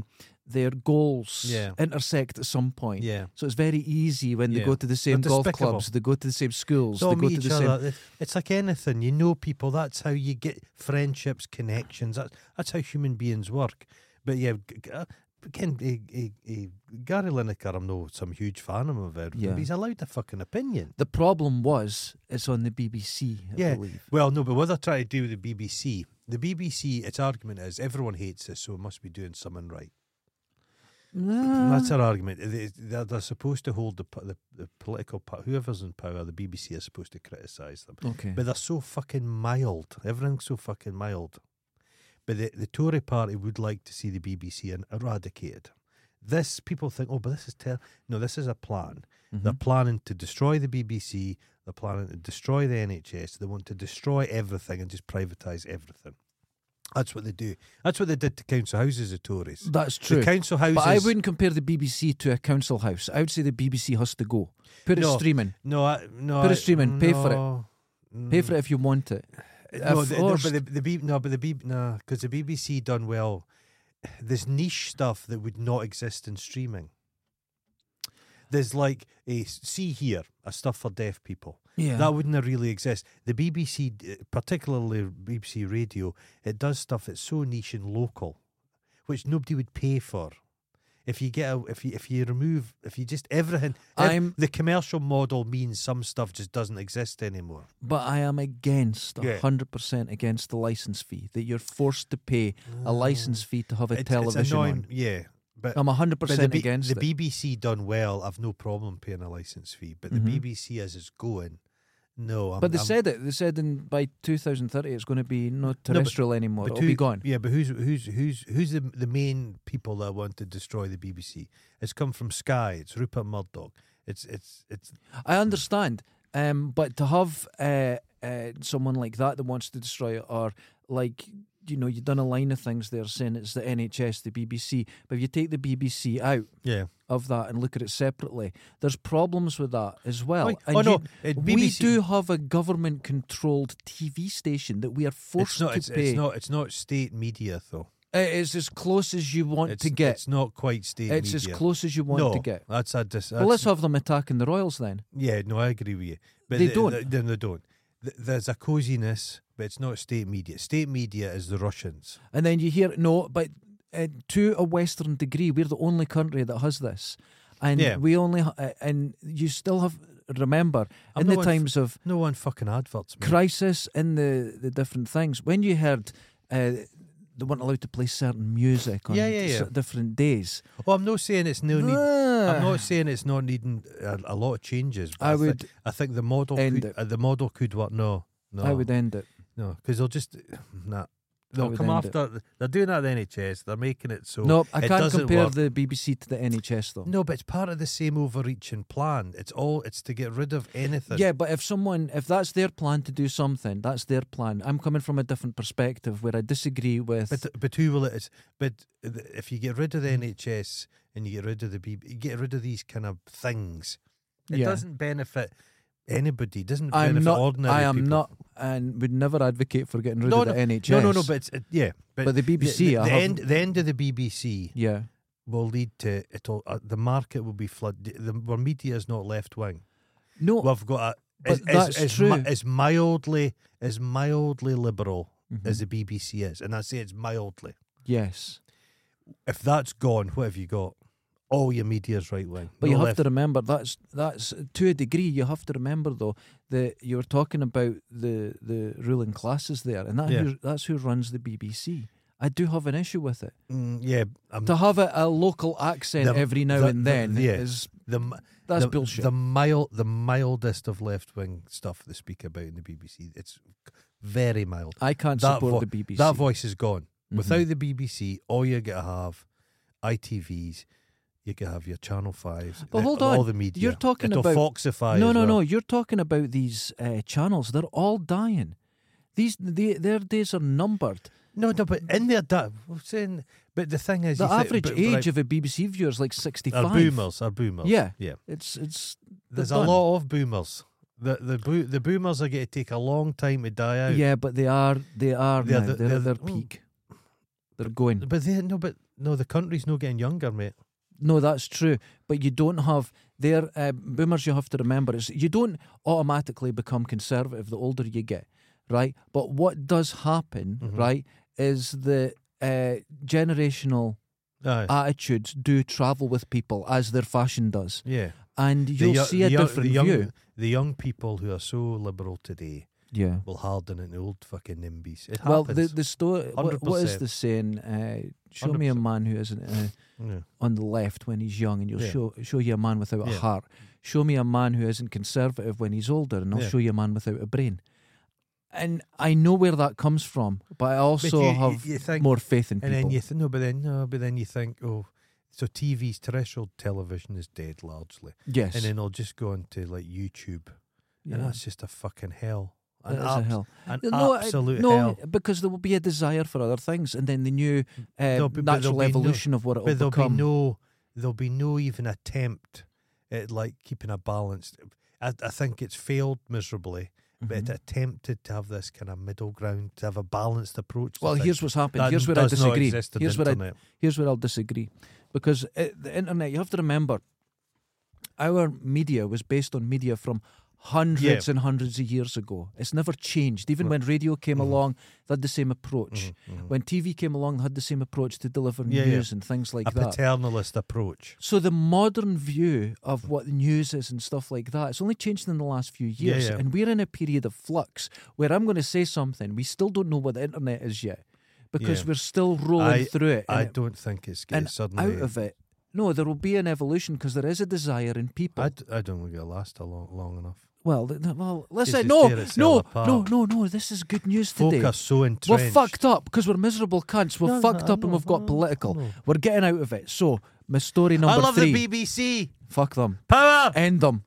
Speaker 2: their goals
Speaker 1: Yeah.
Speaker 2: intersect at some point.
Speaker 1: yeah,
Speaker 2: So it's very easy when
Speaker 1: Yeah.
Speaker 2: they go to the same golf
Speaker 1: despicable.
Speaker 2: clubs, they go to the same schools,
Speaker 1: so
Speaker 2: they go
Speaker 1: meet
Speaker 2: to
Speaker 1: each
Speaker 2: the same.
Speaker 1: other. Th- It's like anything. You know people. That's how you get friendships, connections. That's that's how human beings work. But yeah. g- g- uh, Again, eh, eh, eh, Gary Lineker, I'm no some huge fan of him, of everything,
Speaker 2: Yeah.
Speaker 1: but he's allowed a fucking opinion.
Speaker 2: The problem was it's on the BBC, I
Speaker 1: Yeah.
Speaker 2: believe.
Speaker 1: Well, no, but what they're trying to do with the BBC, the BBC, its argument is everyone hates this, so we must be doing something right.
Speaker 2: Ah,
Speaker 1: That's their argument. They- They're, they're supposed to hold the, po- the, the political power, whoever's in power, the BBC is supposed to criticise them.
Speaker 2: okay.
Speaker 1: But they're so fucking mild. Everything's so fucking mild. But the, the Tory party would like to see the BBC in- eradicated. This, people think, oh, but this is ter-. No, this is a plan. They're
Speaker 2: Mm-hmm.
Speaker 1: planning to destroy the BBC. They're planning to destroy the NHS. They want to destroy everything and just privatise everything. That's what they do. That's what they did to council houses, the Tories.
Speaker 2: That's true.
Speaker 1: The council houses.
Speaker 2: But I wouldn't compare the BBC to a council house. I would say the BBC has to go. Put it
Speaker 1: No.
Speaker 2: streaming.
Speaker 1: No, I, no.
Speaker 2: Put a
Speaker 1: I-
Speaker 2: stream in, pay for it.
Speaker 1: no.
Speaker 2: Pay for it if you want it.
Speaker 1: No,
Speaker 2: If
Speaker 1: the, no,
Speaker 2: forced-
Speaker 1: but the, the B, no, but the B, no, because the BBC done well. There's niche stuff that would not exist in streaming. There's like a s- see here a stuff for deaf people
Speaker 2: Yeah.
Speaker 1: that wouldn't have really exist. The BBC, d- uh, particularly BBC Radio, it does stuff that's so niche and local, which nobody would pay for. If you get a, if you if you remove if you just everything, ev-
Speaker 2: I'm-
Speaker 1: the commercial model means some stuff just doesn't exist anymore.
Speaker 2: but I am against,
Speaker 1: Yeah.
Speaker 2: 100% against the license fee that you're forced to pay a license fee to have a television
Speaker 1: Ah. annoying, yeah, but
Speaker 2: on. I'm 100%
Speaker 1: But the, B-
Speaker 2: against
Speaker 1: the
Speaker 2: it.
Speaker 1: BBC done well. I've no problem paying a license fee, but the
Speaker 2: Mhm.
Speaker 1: BBC as it's going, no. I'm,
Speaker 2: but they
Speaker 1: I'm-
Speaker 2: said it. They said in by 2030 it's going to be not
Speaker 1: but-
Speaker 2: terrestrial anymore.
Speaker 1: but
Speaker 2: It'll
Speaker 1: who-
Speaker 2: be gone.
Speaker 1: Yeah, but who's who's who's who's the the main people that want to destroy the BBC? It's come from Sky. It's Rupert Murdoch. It's it's it's
Speaker 2: I understand, um, but to have uh, uh, someone like that that wants to destroy it, or like you know, you've done a line of things there saying it's the NHS, the BBC, but if you take the BBC out
Speaker 1: yeah.
Speaker 2: of that and look at it separately, there's problems with that as well.
Speaker 1: Like-
Speaker 2: And
Speaker 1: oh, no,
Speaker 2: you-
Speaker 1: it-
Speaker 2: we
Speaker 1: BBC
Speaker 2: do have a government-controlled TV station that we are forced
Speaker 1: It's not
Speaker 2: to
Speaker 1: it's,
Speaker 2: pay.
Speaker 1: it's not it's not state media though.
Speaker 2: It is as close as you want
Speaker 1: It's,
Speaker 2: to get. It's,
Speaker 1: it's not quite state. media.
Speaker 2: as close as you want
Speaker 1: no,
Speaker 2: to get.
Speaker 1: That's a dis-
Speaker 2: Well,
Speaker 1: that's-
Speaker 2: let's have them attacking the Royals then.
Speaker 1: Yeah, no, I agree with you. But
Speaker 2: They
Speaker 1: th-
Speaker 2: don't.
Speaker 1: th- no, they don't. Th- There's a coziness, but it's not state media. State media is the Russians.
Speaker 2: And then you hear no, but uh, to a Western degree, we're the only country that has this, and
Speaker 1: Yeah.
Speaker 2: we only ha- uh, and you still have remember
Speaker 1: I'm
Speaker 2: in
Speaker 1: not
Speaker 2: the
Speaker 1: one for-
Speaker 2: times of
Speaker 1: No one fucking adverts. mate.
Speaker 2: crisis in the the different things when you heard. Uh, they weren't allowed to play certain music on
Speaker 1: Yeah, yeah, yeah.
Speaker 2: cer- different days.
Speaker 1: Well, Oh, I'm not saying it's no need.
Speaker 2: Ah.
Speaker 1: I'm not saying it's not needing a, a lot of changes. But
Speaker 2: I
Speaker 1: I, thi-
Speaker 2: would
Speaker 1: I think the model
Speaker 2: end
Speaker 1: could.
Speaker 2: it.
Speaker 1: Uh, the model could work. No, no,
Speaker 2: I would end it.
Speaker 1: no, because they'll just nah. They'll
Speaker 2: would
Speaker 1: come
Speaker 2: end it.
Speaker 1: after. They're doing that at NHS. They're making it so.
Speaker 2: no, I
Speaker 1: it
Speaker 2: can't
Speaker 1: doesn't
Speaker 2: compare
Speaker 1: work.
Speaker 2: the BBC to the NHS though.
Speaker 1: No, but it's part of the same overreaching plan. It's all. It's to get rid of anything.
Speaker 2: Yeah, but if someone, if that's their plan to do something, that's their plan. I'm coming from a different perspective where I disagree with.
Speaker 1: But but who will it? Is, but th- if you get rid of the NHS and you get rid of the BB, you get rid of these kind of things, it
Speaker 2: Yeah.
Speaker 1: doesn't benefit anybody. It doesn't
Speaker 2: I'm
Speaker 1: benefit
Speaker 2: not.
Speaker 1: ordinary
Speaker 2: I am
Speaker 1: people.
Speaker 2: not, and would never advocate for getting rid
Speaker 1: No,
Speaker 2: of the NHS.
Speaker 1: No, no, no. But it's, it, yeah, but,
Speaker 2: But the BBC,
Speaker 1: The,
Speaker 2: I
Speaker 1: the end,
Speaker 2: haven't-
Speaker 1: the end of the BBC
Speaker 2: yeah,
Speaker 1: will lead to it'll. Uh, the market will be flooded. The, our media is not left wing.
Speaker 2: no,
Speaker 1: We've got a.
Speaker 2: But
Speaker 1: is- is-
Speaker 2: that's
Speaker 1: is
Speaker 2: true.
Speaker 1: mi- is mildly as mildly liberal
Speaker 2: Mm-hmm.
Speaker 1: as the BBC is, and I say it's mildly.
Speaker 2: yes.
Speaker 1: If that's gone, what have you got? All your media's right wing.
Speaker 2: But you have to remember that's that's to a degree. You have to remember though that you were talking about the the ruling classes there, and that
Speaker 1: Yeah.
Speaker 2: who, that's who runs the BBC. I do have an issue with it.
Speaker 1: Mm, yeah, I'm,
Speaker 2: To have a, a local accent
Speaker 1: The-
Speaker 2: every now
Speaker 1: the-
Speaker 2: and
Speaker 1: the-
Speaker 2: then
Speaker 1: yeah.
Speaker 2: is
Speaker 1: the mi-
Speaker 2: that's
Speaker 1: the,
Speaker 2: bullshit.
Speaker 1: The mild, the mildest of left wing stuff they speak about in the BBC. It's very mild.
Speaker 2: I can't
Speaker 1: that
Speaker 2: support
Speaker 1: vo-
Speaker 2: the BBC.
Speaker 1: That voice is gone.
Speaker 2: Mm-hmm.
Speaker 1: Without the BBC, all you're gonna have ITVs. You're gonna have your Channel Fives.
Speaker 2: But
Speaker 1: the-
Speaker 2: hold
Speaker 1: all
Speaker 2: on,
Speaker 1: the media.
Speaker 2: you're talking
Speaker 1: It'll
Speaker 2: about-
Speaker 1: Foxify.
Speaker 2: no,
Speaker 1: as
Speaker 2: no,
Speaker 1: well.
Speaker 2: no. You're talking about these uh, channels. They're all dying. These they, their days are numbered.
Speaker 1: no, no. But in their da- I'm saying, but the thing is,
Speaker 2: The
Speaker 1: you think-
Speaker 2: average
Speaker 1: but- but
Speaker 2: age
Speaker 1: like,
Speaker 2: of a BBC viewer is like sixty-five.
Speaker 1: are boomers. Are boomers.
Speaker 2: Yeah.
Speaker 1: yeah.
Speaker 2: It's it's
Speaker 1: There's
Speaker 2: done.
Speaker 1: a lot of boomers. The the bo- the boomers are going to take a long time to die out.
Speaker 2: yeah, but they are they are
Speaker 1: They're
Speaker 2: now.
Speaker 1: the-
Speaker 2: they're,
Speaker 1: they're
Speaker 2: at their
Speaker 1: the- mm.
Speaker 2: peak. They're going.
Speaker 1: But they, no, but no, the country's not getting younger, mate.
Speaker 2: No, that's true. But you don't have their uh, boomers. You have to remember is you don't automatically become conservative the older you get, right? But what does happen,
Speaker 1: Mm-hmm.
Speaker 2: right, is the uh, generational
Speaker 1: Aye.
Speaker 2: Ah, attitudes do travel with people as their fashion does,
Speaker 1: yeah.
Speaker 2: and
Speaker 1: The
Speaker 2: you'll
Speaker 1: yo-
Speaker 2: see a
Speaker 1: the yo-
Speaker 2: different
Speaker 1: the young,
Speaker 2: view.
Speaker 1: The young people who are so liberal today
Speaker 2: Yeah.
Speaker 1: will harden into old fucking nimbies. It
Speaker 2: Well, the
Speaker 1: happens.
Speaker 2: the story. What, what is
Speaker 1: 100%.
Speaker 2: the saying? Uh, show me a
Speaker 1: 100%.
Speaker 2: man who isn't uh,
Speaker 1: Yeah.
Speaker 2: on the left when he's young, and you'll
Speaker 1: Yeah.
Speaker 2: show show you a man without a
Speaker 1: Yeah.
Speaker 2: heart. Show me a man who isn't conservative when he's older, and I'll
Speaker 1: Yeah.
Speaker 2: show you a man without a brain. And I know where that comes from, but I also
Speaker 1: you- you-
Speaker 2: have
Speaker 1: you think-
Speaker 2: more faith in
Speaker 1: and
Speaker 2: people.
Speaker 1: then you th- no, but then no, but then you think, oh, so TV's terrestrial television is dead largely,
Speaker 2: yes,
Speaker 1: and then I'll just go onto like YouTube,
Speaker 2: yeah.
Speaker 1: and that's just a fucking hell. An
Speaker 2: That is a
Speaker 1: abs-
Speaker 2: hell.
Speaker 1: An
Speaker 2: No, I-
Speaker 1: absolute
Speaker 2: no,
Speaker 1: hell.
Speaker 2: because there will be a desire for other things, and then the new uh,
Speaker 1: No, but- but there'll
Speaker 2: natural
Speaker 1: be no-
Speaker 2: evolution of what it
Speaker 1: But
Speaker 2: will
Speaker 1: there'll
Speaker 2: become.
Speaker 1: be no, there'll be no even attempt at like keeping a balance. I, I think it's failed miserably, but
Speaker 2: Mm-hmm.
Speaker 1: it attempted to have this kind of middle ground, to have a balanced approach. to
Speaker 2: well,
Speaker 1: things.
Speaker 2: here's what's happened.
Speaker 1: That
Speaker 2: here's where I
Speaker 1: does not
Speaker 2: disagree.
Speaker 1: exist in
Speaker 2: Here's
Speaker 1: the
Speaker 2: where I
Speaker 1: internet. Mm-hmm,
Speaker 2: here's where I'll disagree, because uh the internet. You have to remember, our media was based on media from hundreds and hundreds of years ago. It's never changed. Even when radio came
Speaker 1: Mm-hmm.
Speaker 2: along, they had the same approach. When TV came along, they had the same approach to deliver
Speaker 1: Yeah, yeah.
Speaker 2: news and things like
Speaker 1: a
Speaker 2: that.
Speaker 1: paternalist approach.
Speaker 2: So the modern view of what the news is and stuff like that, it's only changed in the last few
Speaker 1: Yeah,
Speaker 2: years.
Speaker 1: yeah.
Speaker 2: And we're in a period of flux where I'm going to say something. We still don't know what the internet is yet because
Speaker 1: Yeah.
Speaker 2: we're still rolling
Speaker 1: I-
Speaker 2: through it.
Speaker 1: I
Speaker 2: and it-
Speaker 1: don't think it's
Speaker 2: and
Speaker 1: getting suddenly.
Speaker 2: out of it. No, there will be an evolution because there is a desire in people.
Speaker 1: I, d- I don't think it'll last a long, long enough.
Speaker 2: well, th- th- well, listen,
Speaker 1: to
Speaker 2: no,
Speaker 1: tear itself
Speaker 2: no,
Speaker 1: apart.
Speaker 2: no, no, no. This is good news today.
Speaker 1: Folk are so
Speaker 2: We're
Speaker 1: entrenched.
Speaker 2: fucked up because we're miserable cunts. We're
Speaker 1: No,
Speaker 2: fucked
Speaker 1: no,
Speaker 2: up and
Speaker 1: no,
Speaker 2: we've got
Speaker 1: no,
Speaker 2: political.
Speaker 1: no.
Speaker 2: We're getting out of it. So, my story number
Speaker 1: I love
Speaker 2: three.
Speaker 1: the BBC.
Speaker 2: Fuck them.
Speaker 1: Power.
Speaker 2: End them.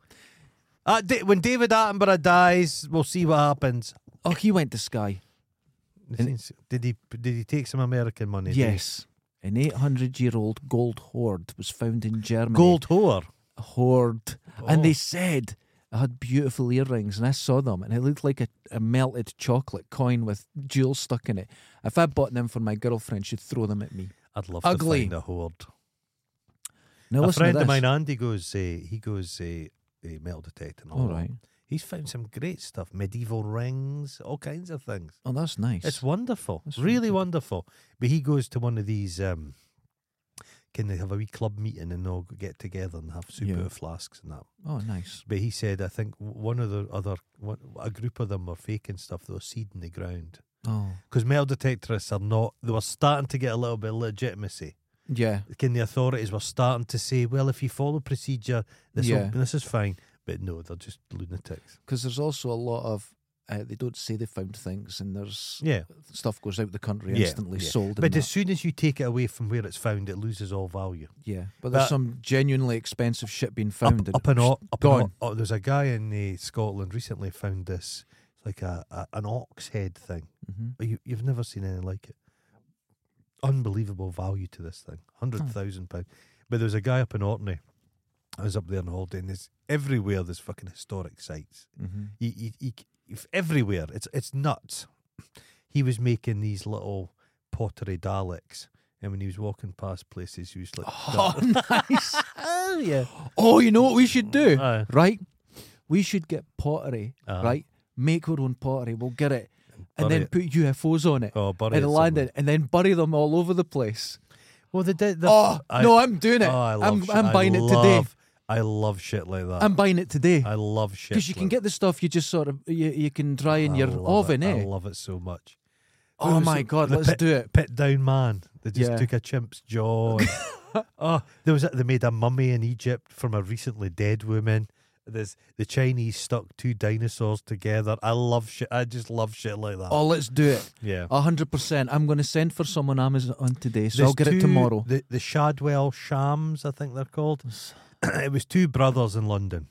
Speaker 1: Uh, Da- when David Attenborough dies, we'll see what happens.
Speaker 2: Oh, he went to Sky.
Speaker 1: Did he? Did he take some American money? did he?
Speaker 2: Yes. An 800 year old gold hoard was found in Germany.
Speaker 1: Gold whore.
Speaker 2: hoard. And they
Speaker 1: Oh.
Speaker 2: said I had beautiful earrings and I saw them and it looked like a, a melted chocolate coin with jewels stuck in it. If I bought them for my girlfriend, she'd throw them at me.
Speaker 1: I'd love
Speaker 2: Ugly.
Speaker 1: to find a hoard.
Speaker 2: Now,
Speaker 1: a
Speaker 2: listen
Speaker 1: friend
Speaker 2: to
Speaker 1: of
Speaker 2: this.
Speaker 1: mine, Andy, goes. Uh, he goes uh, uh, metal detecting.
Speaker 2: All Oh, right.
Speaker 1: He's found some great stuff, medieval rings, all kinds of things.
Speaker 2: Oh, that's nice.
Speaker 1: It's wonderful,
Speaker 2: That's really
Speaker 1: really
Speaker 2: good.
Speaker 1: wonderful. But he goes to one of these. Um, can they have a wee club meeting and all get together and have soup
Speaker 2: Yeah.
Speaker 1: out of flasks and that?
Speaker 2: oh, nice.
Speaker 1: But he said, I think w- one of the other, one, a group of them were faking stuff. They were seeding the ground
Speaker 2: Oh,
Speaker 1: because metal detectorists are not. They were starting to get a little bit of legitimacy.
Speaker 2: yeah.
Speaker 1: Can the authorities were starting to say, well, if you follow procedure, this
Speaker 2: Yeah.
Speaker 1: this is fine. But no, they're just lunatics.
Speaker 2: Because there's also a lot of. Uh, they don't say they found things, and there's
Speaker 1: Yeah.
Speaker 2: stuff goes out the country
Speaker 1: Yeah,
Speaker 2: instantly
Speaker 1: yeah.
Speaker 2: sold. and
Speaker 1: But
Speaker 2: that.
Speaker 1: as soon as you take it away from where it's found, it loses all value.
Speaker 2: yeah, but there's
Speaker 1: but-
Speaker 2: some genuinely expensive shit being found.
Speaker 1: up, up and
Speaker 2: psh,
Speaker 1: o- up and
Speaker 2: gone.
Speaker 1: o- oh, there's a guy in uh, Scotland recently found this it's like a, a an ox head thing.
Speaker 2: Mhm.
Speaker 1: You, you've never seen anything like it. Unbelievable value to this thing,
Speaker 2: Hmm.
Speaker 1: hundred thousand pound. But there was a guy up in Orkney. I was up there on holiday, and there's everywhere there's fucking historic sites.
Speaker 2: Mhm.
Speaker 1: You, you, you, c- if everywhere, it's it's nuts. He was making these little pottery Daleks, and when he was walking past places, he was like,
Speaker 2: Oh, nice.
Speaker 1: "Oh yeah,
Speaker 2: Oh, you know what we should do?
Speaker 1: Aye.
Speaker 2: right? We should get pottery,
Speaker 1: Uh-huh.
Speaker 2: right? Make our own pottery. We'll get it
Speaker 1: bury
Speaker 2: and then
Speaker 1: it.
Speaker 2: put UFOs on it
Speaker 1: oh, bury it
Speaker 2: and land
Speaker 1: somewhere."
Speaker 2: it and then bury them all over the place.
Speaker 1: Well, they did. The,
Speaker 2: Oh,
Speaker 1: I-
Speaker 2: no, I'm doing it.
Speaker 1: Oh, I love
Speaker 2: I'm,
Speaker 1: shit.
Speaker 2: I'm
Speaker 1: I
Speaker 2: buying it today.
Speaker 1: love- I love shit like that.
Speaker 2: I'm buying it today
Speaker 1: i love shit.
Speaker 2: because you can
Speaker 1: like
Speaker 2: get the stuff you just sort of you, you can dry in
Speaker 1: I
Speaker 2: your
Speaker 1: love
Speaker 2: oven,
Speaker 1: it. I
Speaker 2: eh?
Speaker 1: love it so much.
Speaker 2: Oh
Speaker 1: There's
Speaker 2: my
Speaker 1: a-
Speaker 2: god,
Speaker 1: the
Speaker 2: let's
Speaker 1: pit-
Speaker 2: do it.
Speaker 1: Pit down man. They just
Speaker 2: Yeah.
Speaker 1: took a chimp's jaw. and- oh, there was a- they made a mummy in Egypt from a recently dead woman. There's the Chinese stuck two dinosaurs together. I love shit. I just love shit like that.
Speaker 2: Oh, let's do it.
Speaker 1: yeah.
Speaker 2: A hundred percent. I'm going to send for some on Amazon today, so
Speaker 1: There's
Speaker 2: I'll get
Speaker 1: two-
Speaker 2: it tomorrow.
Speaker 1: The, the Shadwell Shams, I think they're called. it was two brothers in London.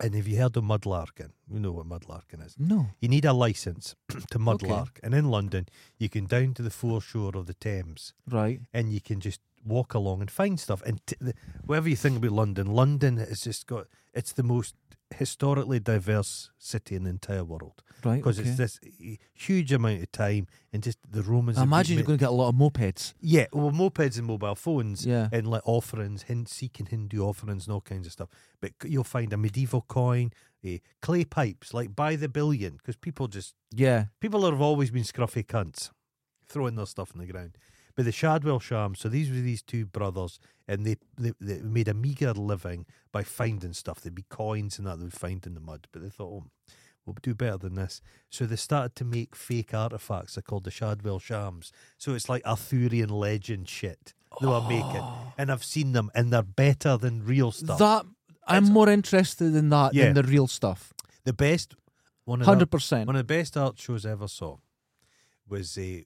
Speaker 1: And have you heard of mudlarking? You know what mudlarking is.
Speaker 2: No,
Speaker 1: You need a license to mudlark.
Speaker 2: Okay.
Speaker 1: And in London, you can down to the foreshore of the Thames
Speaker 2: right?
Speaker 1: and you can just walk along and find stuff. And t- the, whatever you think about London, London has just got, it's the most historically diverse city in the entire world
Speaker 2: Right.
Speaker 1: because
Speaker 2: okay.
Speaker 1: it's this eh, huge amount of time and just the Romans.
Speaker 2: I
Speaker 1: have
Speaker 2: imagine
Speaker 1: ma-
Speaker 2: you're going to get a lot of mopeds.
Speaker 1: yeah, well, mopeds and mobile phones,
Speaker 2: Yeah.
Speaker 1: and like offerings, hin- Sikh and Hindu offerings, and all kinds of stuff. But c- you'll find a medieval coin, eh, clay pipes, like by the billion, because people just
Speaker 2: Yeah.
Speaker 1: people have always been scruffy cunts, throwing their stuff in the ground. But the Shadwell Sham, so these were these two brothers, and they, they they made a meager living by finding stuff. There'd be coins and that they would find in the mud, but they thought, oh, we'll do better than this. So they started to make fake artifacts. They're called the Shadwell Shams. So it's like Arthurian legend shit they were making, and I've seen them, and they're better than real stuff.
Speaker 2: Oh. That I'm more interested in that
Speaker 1: Yeah.
Speaker 2: than the real stuff.
Speaker 1: the best one of the-
Speaker 2: Hundred percent.
Speaker 1: One of the best art shows I ever saw was a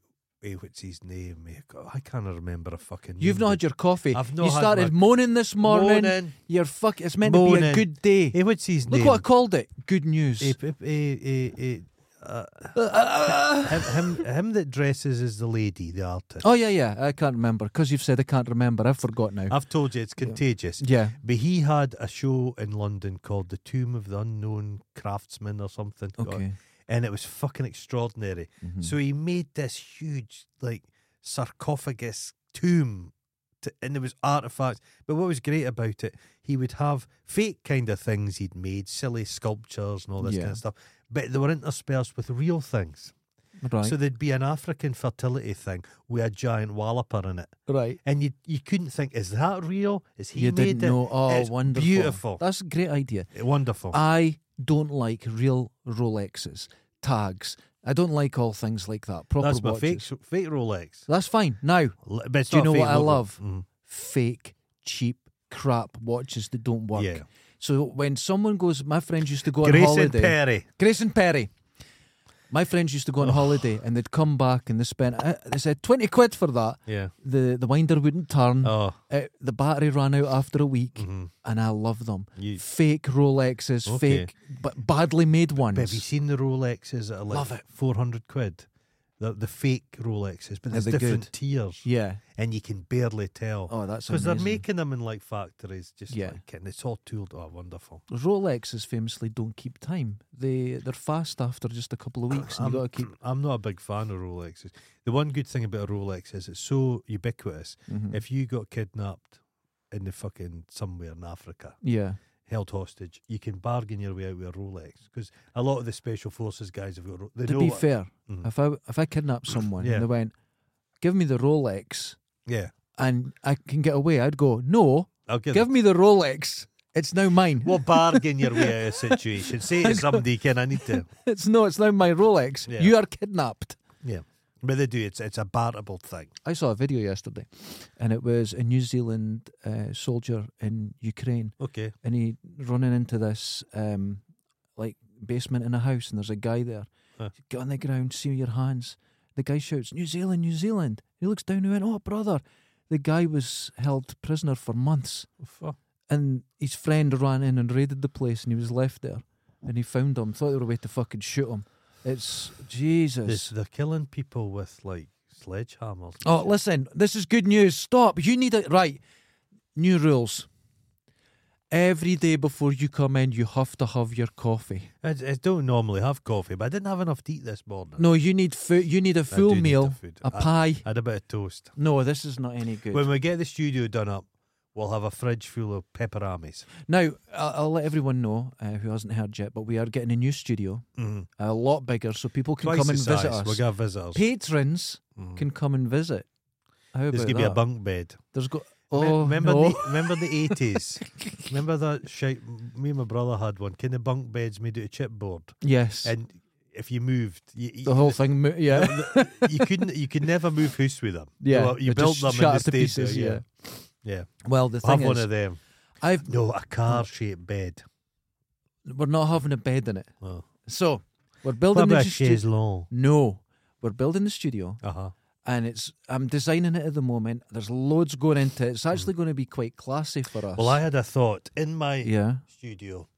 Speaker 1: what's his name? eh, God, I can't remember a fucking.
Speaker 2: You've
Speaker 1: name.
Speaker 2: not had your coffee.
Speaker 1: I've not
Speaker 2: you
Speaker 1: had
Speaker 2: started
Speaker 1: my-
Speaker 2: moaning this morning.
Speaker 1: Morning.
Speaker 2: You're fuck. It's meant to be
Speaker 1: Moaning.
Speaker 2: a good day.
Speaker 1: Eh, what's his
Speaker 2: Look
Speaker 1: name?
Speaker 2: what I called it. Good news.
Speaker 1: Eh, p- eh, eh, eh, uh, him, him, him that dresses as the lady, the artist.
Speaker 2: oh yeah, yeah. I can't remember because you've said I can't remember. I've forgot now.
Speaker 1: I've told you it's contagious.
Speaker 2: yeah.
Speaker 1: But he had a show in London called The Tomb of the Unknown Craftsman or something. God.
Speaker 2: Okay. Mm-hmm.
Speaker 1: and it was fucking extraordinary. So
Speaker 2: Hmm.
Speaker 1: he made this huge like sarcophagus tomb, to, and there was artifacts. But what was great about it, he would have fake kind of things he'd made, silly sculptures and all this
Speaker 2: Yeah.
Speaker 1: kind of stuff, but they were interspersed with real things.
Speaker 2: Right.
Speaker 1: So there'd be an African fertility thing with a giant walloper in it.
Speaker 2: right.
Speaker 1: And you you couldn't think, is that real? Is he
Speaker 2: you
Speaker 1: made
Speaker 2: didn't
Speaker 1: it?
Speaker 2: know. Oh,
Speaker 1: It's
Speaker 2: wonderful.
Speaker 1: Beautiful. Eh,
Speaker 2: That's a great idea.
Speaker 1: wonderful.
Speaker 2: I don't like real Rolexes, tags. I don't like all things like that. Proper
Speaker 1: That's my
Speaker 2: watches.
Speaker 1: fake, fake Rolex.
Speaker 2: That's fine. Now,
Speaker 1: L- But it's
Speaker 2: Do you
Speaker 1: not
Speaker 2: know
Speaker 1: fake
Speaker 2: what I
Speaker 1: Rolex.
Speaker 2: love?
Speaker 1: Mm.
Speaker 2: fake, cheap, crap watches that don't work.
Speaker 1: Yeah.
Speaker 2: So when someone goes, my friends used to go on
Speaker 1: Grace and
Speaker 2: holiday.
Speaker 1: Perry. Oh.
Speaker 2: Grace and Perry. My friends used to go on holiday and they'd come back and they spent, uh, they said 20 quid for that.
Speaker 1: Yeah.
Speaker 2: The, the winder wouldn't turn.
Speaker 1: Oh, Mm-hmm.
Speaker 2: Uh, the battery ran out after a week, and I love them.
Speaker 1: You-
Speaker 2: Fake Rolexes,
Speaker 1: Okay.
Speaker 2: fake but badly made ones.
Speaker 1: but have you seen the Rolexes that are like
Speaker 2: Love it.
Speaker 1: 400 quid? The, the fake Rolexes, but
Speaker 2: Are
Speaker 1: there's
Speaker 2: they
Speaker 1: different
Speaker 2: good?
Speaker 1: tiers
Speaker 2: yeah.
Speaker 1: and you can barely tell.
Speaker 2: Oh, that's
Speaker 1: Because they're
Speaker 2: amazing.
Speaker 1: making them in like factories, just
Speaker 2: Yeah.
Speaker 1: like, and it's all tooled. Oh, wonderful.
Speaker 2: Rolexes famously don't keep time. They they're fast after just a couple of weeks, and
Speaker 1: I'm,
Speaker 2: you got to keep.
Speaker 1: I'm not a big fan of Rolexes. The one good thing about a Rolex is it's so mm-hmm.
Speaker 2: Hmm.
Speaker 1: ubiquitous. If you got kidnapped in the fucking somewhere in Africa,
Speaker 2: Yeah.
Speaker 1: held hostage, you can bargain your way out with a Rolex because a lot of the special forces guys have got. Ro- They
Speaker 2: to
Speaker 1: know
Speaker 2: be
Speaker 1: what-
Speaker 2: fair,
Speaker 1: Mhm.
Speaker 2: if I if I kidnapped someone
Speaker 1: Yeah.
Speaker 2: and they went, "Give me the Rolex,"
Speaker 1: yeah,
Speaker 2: and I can get away, I'd go, "No,
Speaker 1: I'll give.
Speaker 2: give me the Rolex. It's now mine.
Speaker 1: Well, bargain your way out of a situation. Say to somebody, "Can I need to?"
Speaker 2: It's no, it's now my Rolex.
Speaker 1: Yeah.
Speaker 2: You are kidnapped."
Speaker 1: Yeah, but they do. It's it's a barterable thing.
Speaker 2: I saw a video yesterday, and it was a New Zealand uh, soldier in Ukraine,
Speaker 1: Okay.
Speaker 2: and he running into this um, like basement in a house, and there's a guy there.
Speaker 1: Huh.
Speaker 2: Get on the ground, see your hands. The guy shouts, "New Zealand, New Zealand!" He looks down and went, "Oh, brother." The guy was held prisoner for months, and his friend ran in and raided the place, and he was left there. And he found him. Thought they were a way to fucking shoot him. It's Jesus.
Speaker 1: This, they're killing people with like sledgehammers. and
Speaker 2: Oh,
Speaker 1: shit.
Speaker 2: listen, this is good news. Stop. You need it. Right. New rules. Every day before you come in, you have to have your coffee.
Speaker 1: I, I don't normally have coffee, but I didn't have enough to eat this morning.
Speaker 2: No, you need food. You need a
Speaker 1: I do
Speaker 2: full
Speaker 1: need the
Speaker 2: meal,
Speaker 1: food. Uh,
Speaker 2: a
Speaker 1: I-
Speaker 2: pie.
Speaker 1: I had a bit of toast.
Speaker 2: No, this is not any good.
Speaker 1: When we get the studio done up, we'll have a fridge full of pepperamis.
Speaker 2: now, I'll, I'll let everyone know uh, who hasn't heard yet, but we are getting a new studio,
Speaker 1: Mm.
Speaker 2: a lot bigger, so people can
Speaker 1: Twice
Speaker 2: come
Speaker 1: the
Speaker 2: and
Speaker 1: size.
Speaker 2: visit us.
Speaker 1: We're gonna visit us.
Speaker 2: Patrons
Speaker 1: Mm.
Speaker 2: can come and visit. How about
Speaker 1: There's gonna
Speaker 2: that?
Speaker 1: be a bunk bed.
Speaker 2: There's go-
Speaker 1: Me-
Speaker 2: oh,
Speaker 1: remember
Speaker 2: no.
Speaker 1: the remember the eighties? remember that shite? Me and my brother had one. Kind of bunk beds made out of chipboard,
Speaker 2: yes.
Speaker 1: and if you moved, you,
Speaker 2: the whole thing. mo- Yeah.
Speaker 1: you couldn't. You could never move house with them. They
Speaker 2: Yeah,
Speaker 1: were- you
Speaker 2: they
Speaker 1: built
Speaker 2: just
Speaker 1: them
Speaker 2: shot
Speaker 1: and they
Speaker 2: it to
Speaker 1: stayed
Speaker 2: pieces,
Speaker 1: there,
Speaker 2: yeah.
Speaker 1: yeah, yeah.
Speaker 2: Well, the
Speaker 1: have
Speaker 2: thing
Speaker 1: one
Speaker 2: is,
Speaker 1: of them.
Speaker 2: I've
Speaker 1: No, a car shaped bed.
Speaker 2: we're not having a bed in it.
Speaker 1: Oh.
Speaker 2: So we're
Speaker 1: What
Speaker 2: building
Speaker 1: about
Speaker 2: the
Speaker 1: a chaise
Speaker 2: studio.
Speaker 1: long?
Speaker 2: No, we're building the studio,
Speaker 1: Uh huh.
Speaker 2: and it's I'm designing it at the moment. There's loads going into it. It's actually going to be quite classy for us.
Speaker 1: Hmm. Well, I had a thought in my
Speaker 2: yeah.
Speaker 1: studio.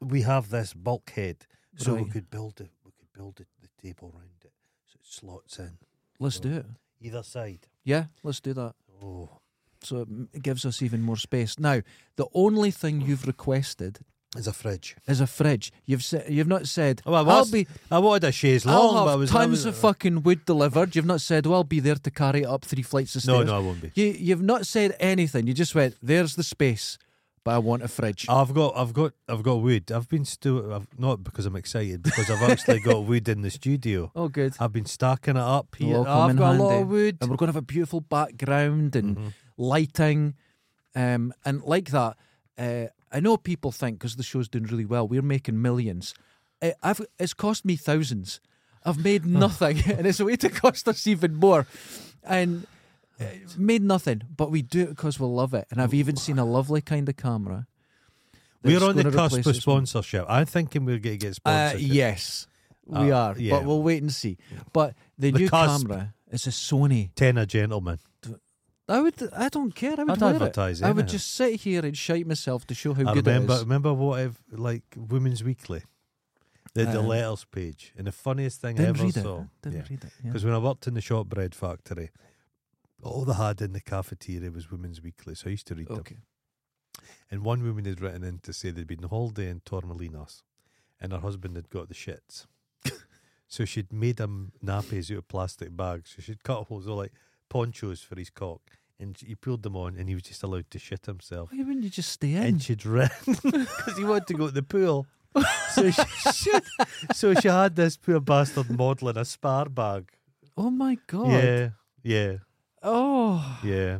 Speaker 1: We have this bulkhead, so we
Speaker 2: Right.
Speaker 1: could build it. We could build it, the table round it, so it slots in
Speaker 2: Let's do it.
Speaker 1: either side.
Speaker 2: Yeah, let's do that.
Speaker 1: Oh,
Speaker 2: So it m- it gives us even more space. Now, the only thing you've requested
Speaker 1: it's a fridge.
Speaker 2: is a fridge. You've said you've not said
Speaker 1: Oh, I
Speaker 2: I'll
Speaker 1: was-
Speaker 2: be
Speaker 1: I wanted a chaise long,
Speaker 2: I'll
Speaker 1: but
Speaker 2: have
Speaker 1: I was I
Speaker 2: tons
Speaker 1: was-
Speaker 2: of fucking wood delivered. You've not said well I'll be there to carry it up three flights of
Speaker 1: No,
Speaker 2: stairs.
Speaker 1: no, I won't be.
Speaker 2: You you've not said anything. You just went, There's the space, but I want a fridge.
Speaker 1: I've got, I've got, I've got wood. I've been stu- I've not because I'm excited, because I've actually got wood in the studio.
Speaker 2: oh good.
Speaker 1: I've been stacking it up here.
Speaker 2: It'll all come
Speaker 1: I've
Speaker 2: in
Speaker 1: got a lot of
Speaker 2: handy.
Speaker 1: wood.
Speaker 2: And eh? we're gonna have a beautiful background and
Speaker 1: Mm-hmm.
Speaker 2: lighting. Um and like that, uh, I know people think because the show's doing really well, we're making millions. I, I've it's cost me thousands. I've made nothing, and it's a way to cost us even more. And uh, made nothing, but we do it because we love it. And I've even seen a lovely kind of camera. that's
Speaker 1: We're on the
Speaker 2: gonna
Speaker 1: cusp
Speaker 2: replace
Speaker 1: of
Speaker 2: this one.
Speaker 1: sponsorship. I'm thinking we're going to get
Speaker 2: Uh,
Speaker 1: sponsorship.
Speaker 2: yes, we
Speaker 1: Uh,
Speaker 2: are,
Speaker 1: yeah.
Speaker 2: but we'll wait and see. But the,
Speaker 1: The
Speaker 2: new
Speaker 1: cusp.
Speaker 2: camera is a Sony.
Speaker 1: Ten a gentleman.
Speaker 2: I would, I don't care. I would
Speaker 1: I'd
Speaker 2: wear
Speaker 1: advertise
Speaker 2: it. I would
Speaker 1: anyhow.
Speaker 2: just sit here and shite myself to show how
Speaker 1: I
Speaker 2: good
Speaker 1: remember,
Speaker 2: it is.
Speaker 1: remember what if like Women's Weekly, they had the
Speaker 2: Um,
Speaker 1: letters page, and the funniest thing I
Speaker 2: Didn't
Speaker 1: ever
Speaker 2: read it.
Speaker 1: saw.
Speaker 2: Didn't read it. yeah.
Speaker 1: Because when I worked in the shortbread factory, all they had in the cafeteria was Women's Weekly, so I used to read them.
Speaker 2: Okay.
Speaker 1: And one woman had written in to say they'd been on holiday in Tormelinos, and her husband had got the shits. so she'd made him nappies out of plastic bags. So she'd cut holes all like ponchos for his cock, and he pulled them on, and he was just allowed to shit himself.
Speaker 2: Why wouldn't you just stay in?
Speaker 1: and she'd written because he wanted to go to the pool. so she, so she had this poor bastard modelling a spar bag.
Speaker 2: oh my god.
Speaker 1: Yeah, yeah,
Speaker 2: Oh.
Speaker 1: yeah.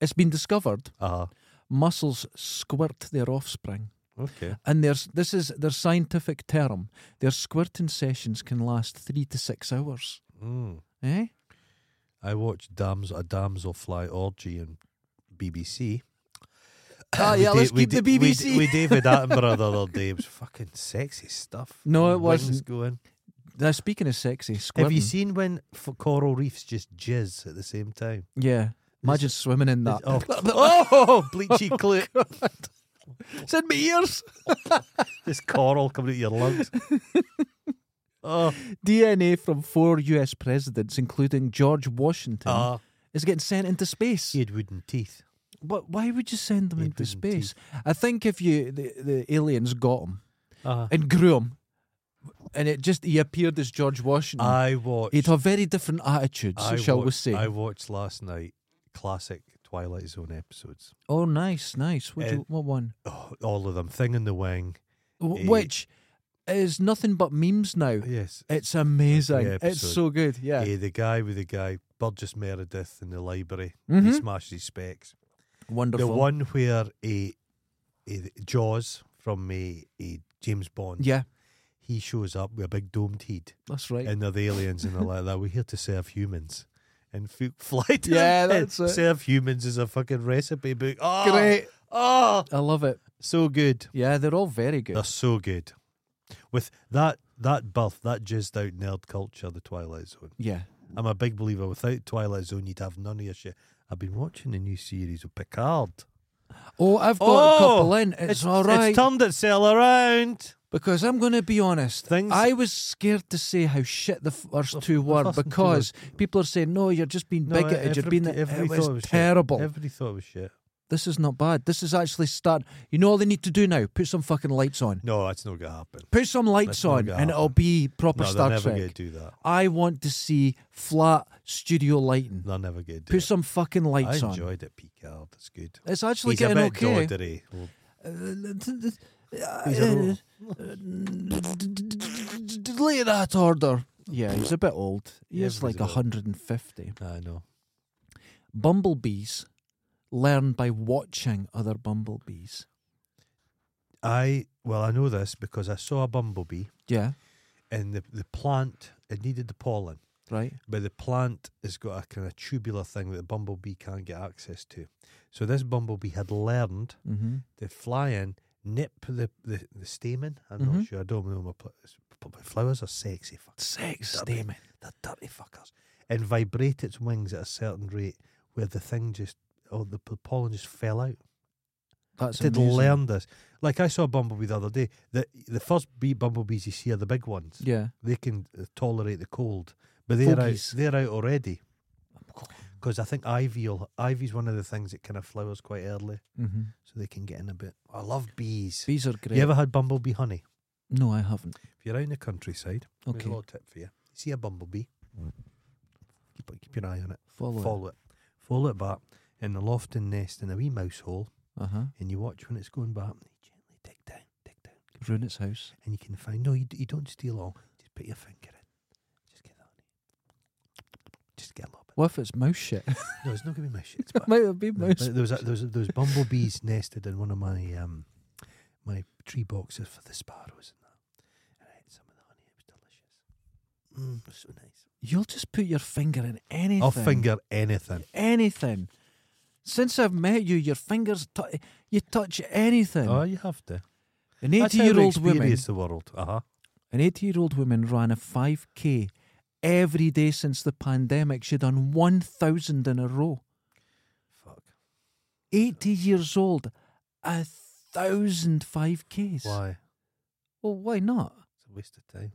Speaker 2: It's been discovered
Speaker 1: Ah,
Speaker 2: mussels squirt their offspring.
Speaker 1: okay.
Speaker 2: And there's this is their scientific term. Their squirting sessions can last three to six hours.
Speaker 1: Mm.
Speaker 2: Eh?
Speaker 1: I watched Dams a damselfly orgy in BBC.
Speaker 2: Ah,
Speaker 1: We
Speaker 2: yeah,
Speaker 1: da-
Speaker 2: let's
Speaker 1: we
Speaker 2: keep the
Speaker 1: da- we da-
Speaker 2: BBC.
Speaker 1: We, David Attenborough the other day. It was fucking sexy stuff.
Speaker 2: No, it
Speaker 1: Wings
Speaker 2: wasn't.
Speaker 1: Going.
Speaker 2: Now speaking of sexy, squirting.
Speaker 1: Have you seen when f- coral reefs just jizz at the same time?
Speaker 2: Yeah. Imagine swimming in that.
Speaker 1: Oh, oh bleachy clut.
Speaker 2: It's in my Oh, ears.
Speaker 1: This coral coming out of your lungs. Oh,
Speaker 2: DNA from four US presidents, including George Washington,
Speaker 1: ah,
Speaker 2: is getting sent into space.
Speaker 1: he had wooden teeth.
Speaker 2: But why would you send them
Speaker 1: He'd
Speaker 2: into
Speaker 1: wooden teeth.
Speaker 2: space? I think if you the, the aliens got him
Speaker 1: Uh,
Speaker 2: and grew him, and it just he appeared as George Washington,
Speaker 1: I watched.
Speaker 2: he'd have very different attitudes,
Speaker 1: I
Speaker 2: shall we
Speaker 1: watched-
Speaker 2: say?
Speaker 1: I watched last night classic Twilight Zone episodes.
Speaker 2: Oh, nice, nice. What,
Speaker 1: Uh,
Speaker 2: you, what one?
Speaker 1: Oh, all of them. Thing in the Wing.
Speaker 2: W-
Speaker 1: eh,
Speaker 2: Which is nothing but memes now.
Speaker 1: Yes.
Speaker 2: It's amazing.
Speaker 1: Yeah,
Speaker 2: it's
Speaker 1: episode.
Speaker 2: so good. Yeah.
Speaker 1: Eh, the guy with the guy, Burgess Meredith in the library. He
Speaker 2: Mhm.
Speaker 1: smashes his specs.
Speaker 2: Wonderful.
Speaker 1: The one where a, Jaws from a, James Bond,
Speaker 2: Yeah,
Speaker 1: he shows up with a big domed head.
Speaker 2: that's right.
Speaker 1: and they're the aliens and they're like that. We're here to serve humans. And f- fly to
Speaker 2: Yeah,
Speaker 1: them.
Speaker 2: that's it.
Speaker 1: Serve humans is a fucking recipe book. Oh,
Speaker 2: Great.
Speaker 1: Oh,
Speaker 2: I love it.
Speaker 1: so good.
Speaker 2: Yeah, they're all very good.
Speaker 1: They're so good. With that that birth, that jizzed out nerd culture, the Twilight Zone.
Speaker 2: yeah.
Speaker 1: I'm a big believer. Without Twilight Zone, you'd have none of your shit. I've been watching the new series of Picard.
Speaker 2: Oh, I've got a couple in. It's, all right.
Speaker 1: It's turned itself around.
Speaker 2: because I'm going to be honest.
Speaker 1: Things-
Speaker 2: I was scared to say how shit the first two were
Speaker 1: first two
Speaker 2: because people are saying, no, you're just being
Speaker 1: No,
Speaker 2: bigoted. You're
Speaker 1: every-
Speaker 2: being. It
Speaker 1: every
Speaker 2: was,
Speaker 1: thought was shit.
Speaker 2: terrible.
Speaker 1: Everybody thought it was shit.
Speaker 2: This is not bad. This is actually start. You know all they need to do now? Put some fucking lights on.
Speaker 1: No, that's not gonna happen.
Speaker 2: Put some lights
Speaker 1: That's not
Speaker 2: on
Speaker 1: gonna
Speaker 2: and
Speaker 1: happen.
Speaker 2: it'll be
Speaker 1: No,
Speaker 2: proper
Speaker 1: they're
Speaker 2: Star
Speaker 1: never
Speaker 2: Trek.
Speaker 1: gonna do that.
Speaker 2: I want to see flat studio lighting.
Speaker 1: They're never gonna do
Speaker 2: Put
Speaker 1: it.
Speaker 2: some fucking lights
Speaker 1: I
Speaker 2: on.
Speaker 1: enjoyed it, Picard. It's good.
Speaker 2: It's actually
Speaker 1: He's a
Speaker 2: getting
Speaker 1: bit
Speaker 2: okay.
Speaker 1: doddery. Well, He's a little-
Speaker 2: Delay that order. Yeah, he's a bit old. He is
Speaker 1: Everybody's
Speaker 2: like
Speaker 1: a bit old.
Speaker 2: 150.
Speaker 1: I know.
Speaker 2: Bumblebees learn by watching other bumblebees.
Speaker 1: I well, I know this because I saw a bumblebee,
Speaker 2: Yeah,
Speaker 1: and the the plant it needed the pollen,
Speaker 2: right.
Speaker 1: but the plant has got a kind of tubular thing that the bumblebee can't get access to. So this bumblebee had learned
Speaker 2: Mm-hmm.
Speaker 1: to fly in, nip the the, the stamen. I'm
Speaker 2: Mhm.
Speaker 1: not sure. I don't know my pla- but my flowers are sexy. Fuck.
Speaker 2: Sex
Speaker 1: That'd be-
Speaker 2: statement.
Speaker 1: They're dirty fuckers. And vibrate its wings at a certain rate where the thing just, or the p- pollen just fell out.
Speaker 2: That's
Speaker 1: I did
Speaker 2: amazing.
Speaker 1: learn this. Like I saw a bumblebee the other day. The the first bee bumblebees you see are the big ones.
Speaker 2: Yeah.
Speaker 1: They can uh, tolerate the cold, but they're
Speaker 2: Fogies.
Speaker 1: out. They're out already Oh, because I think ivy will, ivy's one of the things that kind of flowers quite early,
Speaker 2: Mm-hmm.
Speaker 1: so they can get in a bit. I love bees.
Speaker 2: Bees are great.
Speaker 1: You ever had bumblebee honey?
Speaker 2: no, I haven't.
Speaker 1: If you're out in the countryside, here's a
Speaker 2: Okay,
Speaker 1: little tip for you. See a bumblebee, keep keep your eye on it.
Speaker 2: follow.
Speaker 1: Mm. Follow it. Follow it back in the lofting nest in a wee mouse hole,
Speaker 2: Uh huh.
Speaker 1: and you watch when it's going back. And you gently dig down, dig down,
Speaker 2: Ruin its house.
Speaker 1: and you can find. No, you, d- you don't steal all. Just put your finger in. Just get that. on it. Just get a little bit.
Speaker 2: What if it's mouse shit?
Speaker 1: No, it's not gonna be my shit. But
Speaker 2: Might be
Speaker 1: no,
Speaker 2: mouse.
Speaker 1: but there was a, there was a- there was bumblebees nested in one of my um my tree boxes for the sparrows and that. And I ate some of the honey. It was delicious. Mm, it was so nice.
Speaker 2: You'll just put your finger in anything.
Speaker 1: I'll finger anything.
Speaker 2: anything. Since I've met you, your fingers tou- you touch anything.
Speaker 1: Oh, you have to.
Speaker 2: an
Speaker 1: That's how we
Speaker 2: eighty-year-old woman,
Speaker 1: experience the world. Uh huh.
Speaker 2: an eighty-year-old woman ran a five k every day since the pandemic. She done one thousand in a row.
Speaker 1: Fuck.
Speaker 2: Eighty years old, a thousand five ks.
Speaker 1: Why?
Speaker 2: Well, why not?
Speaker 1: It's a waste of time.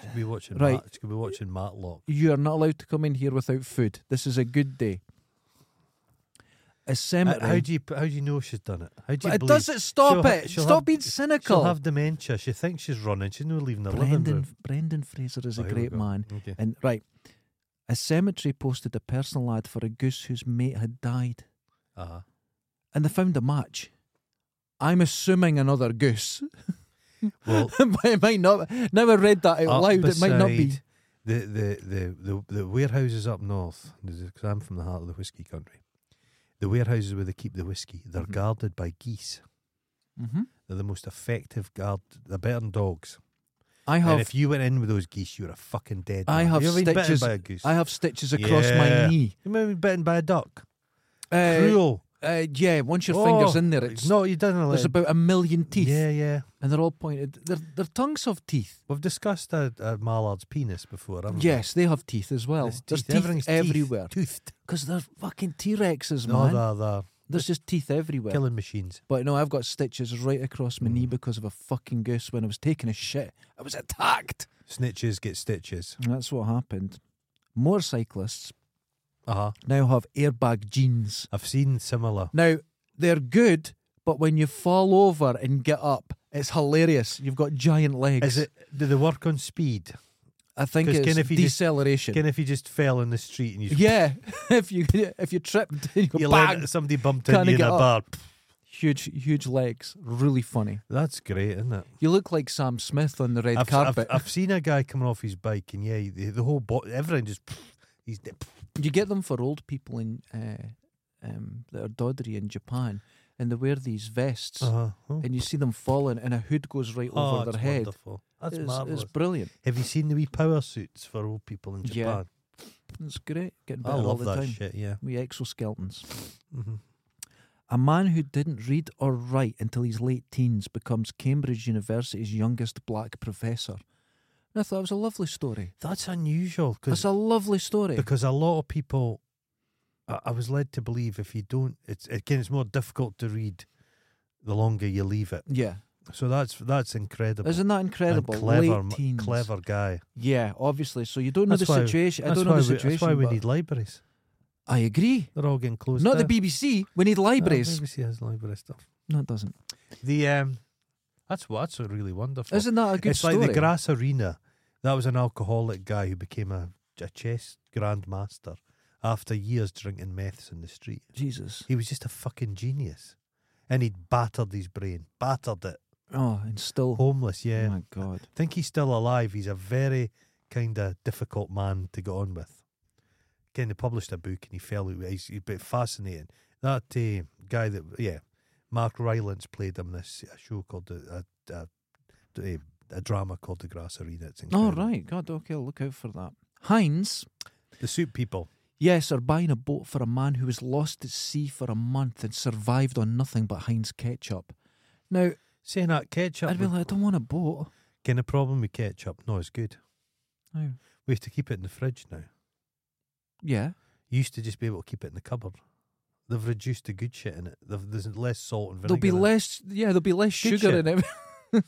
Speaker 1: Should be watching.
Speaker 2: Right.
Speaker 1: Matt, should be watching Matlock.
Speaker 2: You are not allowed to come in here without food. This is a good day. A
Speaker 1: How, how
Speaker 2: cemetery.
Speaker 1: do you how do you know she's done it? How do you
Speaker 2: But it
Speaker 1: believe?
Speaker 2: doesn't stop
Speaker 1: She'll ha-
Speaker 2: it.
Speaker 1: she'll
Speaker 2: stop
Speaker 1: have-
Speaker 2: being
Speaker 1: She'll
Speaker 2: cynical.
Speaker 1: have dementia. She thinks she's running. She's no leaving the living
Speaker 2: Brendan
Speaker 1: room.
Speaker 2: Brendan Fraser is
Speaker 1: Oh,
Speaker 2: a
Speaker 1: here we
Speaker 2: great
Speaker 1: go.
Speaker 2: man.
Speaker 1: Okay.
Speaker 2: And right, a cemetery posted a personal ad for a goose whose mate had died,
Speaker 1: Uh-huh.
Speaker 2: and they found a match. I'm assuming another goose.
Speaker 1: Well,
Speaker 2: But it might not. Now I read that out
Speaker 1: up
Speaker 2: loud. It might not be.
Speaker 1: beside The the, the, the, the warehouses up north, because I'm from the heart of the whiskey country, the warehouses where they keep the whiskey, they're
Speaker 2: Mhm.
Speaker 1: guarded by geese.
Speaker 2: hmm
Speaker 1: They're the most effective guard. They're better than dogs.
Speaker 2: I
Speaker 1: and
Speaker 2: have
Speaker 1: if you went in with those geese, you were a fucking dead
Speaker 2: I
Speaker 1: man.
Speaker 2: have
Speaker 1: you ever been bitten
Speaker 2: stitches-
Speaker 1: by a goose?
Speaker 2: I have stitches across my
Speaker 1: Yeah.
Speaker 2: knee.
Speaker 1: you ever been bitten by a duck?
Speaker 2: Uh,
Speaker 1: Cruel.
Speaker 2: uh, yeah, once your fingers
Speaker 1: Oh,
Speaker 2: in there, it's
Speaker 1: no, you don't know.
Speaker 2: there's about a million teeth,
Speaker 1: Yeah, yeah.
Speaker 2: and they're all pointed. They're, they're tongues have teeth.
Speaker 1: We've discussed a, a mallard's penis before, haven't we?
Speaker 2: Yes, they have teeth as well.
Speaker 1: It's
Speaker 2: There's
Speaker 1: teeth. Everything's
Speaker 2: teeth everywhere.
Speaker 1: Teeth. Toothed.
Speaker 2: Because they're fucking T Rexes,
Speaker 1: No,
Speaker 2: man.
Speaker 1: they're, they're
Speaker 2: There's just teeth everywhere.
Speaker 1: killing machines.
Speaker 2: But no, I've got stitches right across my knee because of a fucking goose when I was taking a shit. I was attacked.
Speaker 1: Snitches get stitches.
Speaker 2: And that's what happened. More cyclists
Speaker 1: Uh huh.
Speaker 2: now have airbag jeans.
Speaker 1: I've seen similar.
Speaker 2: Now, they're good, but when you fall over and get up, it's hilarious. You've got giant legs.
Speaker 1: Is it? Do they work on speed?
Speaker 2: I think
Speaker 1: 'Cause
Speaker 2: it's
Speaker 1: ken if he just-
Speaker 2: deceleration.
Speaker 1: Again, if you just fell in the street and you,
Speaker 2: yeah, if you if you tripped, you,
Speaker 1: you
Speaker 2: bang,
Speaker 1: land, somebody bumped
Speaker 2: Can't
Speaker 1: into you in
Speaker 2: get
Speaker 1: a
Speaker 2: up.
Speaker 1: bar. Pff,
Speaker 2: huge huge legs, really funny.
Speaker 1: That's great, isn't it?
Speaker 2: You look like Sam Smith on the red
Speaker 1: I've, I've,
Speaker 2: carpet.
Speaker 1: I've seen a guy coming off his bike, and yeah, the, the whole bo- everyone just pff, he's de- pff,
Speaker 2: you get them for old people in uh, um, that are doddery in Japan, and they wear these vests,
Speaker 1: uh-huh. oh,
Speaker 2: and you see them falling, and a hood goes right
Speaker 1: oh,
Speaker 2: over
Speaker 1: that's
Speaker 2: their head.
Speaker 1: Wonderful. That's
Speaker 2: It's,
Speaker 1: marvelous.
Speaker 2: it's brilliant.
Speaker 1: Have you seen the wee power suits for old people in
Speaker 2: Yeah.
Speaker 1: Japan?
Speaker 2: It's great. Getting
Speaker 1: I
Speaker 2: better all
Speaker 1: love
Speaker 2: the
Speaker 1: that
Speaker 2: time. Mm-hmm.
Speaker 1: shit. Yeah.
Speaker 2: We exoskeletons.
Speaker 1: hmm
Speaker 2: A man who didn't read or write until his late teens becomes Cambridge University's youngest black professor. And I thought it was a lovely story.
Speaker 1: That's unusual
Speaker 2: That's
Speaker 1: because
Speaker 2: a lovely story.
Speaker 1: because a lot of people, I, I was led to believe if you don't, it's again, it's more difficult to read the longer you leave it.
Speaker 2: yeah.
Speaker 1: So that's that's incredible.
Speaker 2: Isn't that
Speaker 1: And
Speaker 2: incredible?
Speaker 1: clever,
Speaker 2: late
Speaker 1: m-
Speaker 2: teens.
Speaker 1: clever guy.
Speaker 2: Yeah, obviously. So you don't know
Speaker 1: That's
Speaker 2: the
Speaker 1: why-
Speaker 2: situation. I
Speaker 1: That's
Speaker 2: don't know
Speaker 1: why
Speaker 2: the
Speaker 1: we-
Speaker 2: situation.
Speaker 1: That's why we
Speaker 2: but
Speaker 1: need libraries.
Speaker 2: I agree.
Speaker 1: They're all getting closed.
Speaker 2: Not the
Speaker 1: down.
Speaker 2: BBC. We need
Speaker 1: No,
Speaker 2: libraries.
Speaker 1: BBC has library stuff.
Speaker 2: No, it doesn't.
Speaker 1: The um, that's what's really wonderful.
Speaker 2: Isn't that a good
Speaker 1: it's
Speaker 2: story?
Speaker 1: like the grass arena. That was an alcoholic guy who became a, a chess grandmaster after years drinking meths in the street.
Speaker 2: Jesus.
Speaker 1: He was just a fucking genius, and he'd battered his brain, battered it.
Speaker 2: Oh, and still.
Speaker 1: Homeless, yeah.
Speaker 2: Oh my God.
Speaker 1: think he's still alive. He's a very kind of difficult man to get on with. Kind of published a book and he fell out. He's, he's a bit fascinating. That uh, guy that, yeah, Mark Rylance played him in this a show called the, a, a, a, a drama called The Grass Arena. It's
Speaker 2: Oh,
Speaker 1: incredible.
Speaker 2: right. God, okay. I'll look out for that. Heinz,
Speaker 1: The Soup People.
Speaker 2: yes, are buying a boat for a man who was lost at sea for a month and survived on nothing but Heinz ketchup. Now,
Speaker 1: Saying that ketchup.
Speaker 2: I'd be like, I don't want a boat.
Speaker 1: kind of problem with ketchup. No, it's good.
Speaker 2: No.
Speaker 1: We have to keep it in the fridge now.
Speaker 2: Yeah.
Speaker 1: You used to just be able to keep it in the cupboard. They've reduced the good shit in it. They've, there's less salt and vinegar.
Speaker 2: There'll be
Speaker 1: in it.
Speaker 2: less. Yeah, there'll be less
Speaker 1: Good
Speaker 2: sugar
Speaker 1: shit.
Speaker 2: in it.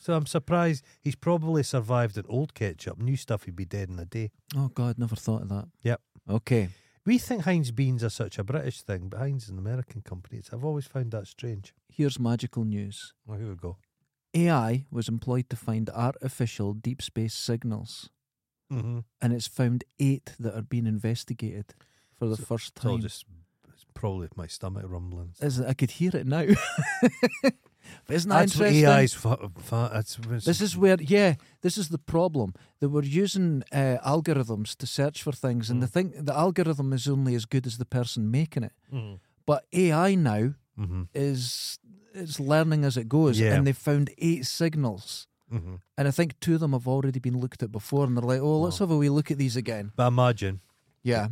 Speaker 1: So I'm surprised he's probably survived an old ketchup. New stuff, he'd be dead in a day.
Speaker 2: Oh God, never thought of that.
Speaker 1: Yep.
Speaker 2: Okay.
Speaker 1: We think Heinz beans are such a British thing, but Heinz is an American company. It's, I've always found that strange.
Speaker 2: Here's magical news.
Speaker 1: Well, here we go.
Speaker 2: AI was employed to find artificial deep space signals,
Speaker 1: Mm-hmm.
Speaker 2: and it's found eight that are being investigated for the first
Speaker 1: It's all
Speaker 2: time.
Speaker 1: just it's probably my stomach rumbling.
Speaker 2: Is it- I could hear it now. but isn't that
Speaker 1: That's what
Speaker 2: interesting?
Speaker 1: AI's fa- fa- that's, it's-
Speaker 2: This is where, yeah, this is the problem. They were using uh, algorithms to search for things, and the thing, the algorithm is only as good as the person making it.
Speaker 1: Mm.
Speaker 2: But AI now
Speaker 1: Mhm,
Speaker 2: is it's learning as it goes,
Speaker 1: Yeah.
Speaker 2: and they found eight signals.
Speaker 1: mhm.
Speaker 2: And I think two of them have already been looked at before, and they're like, "Oh, let's have a wee look at these again."
Speaker 1: But imagine,
Speaker 2: Yeah,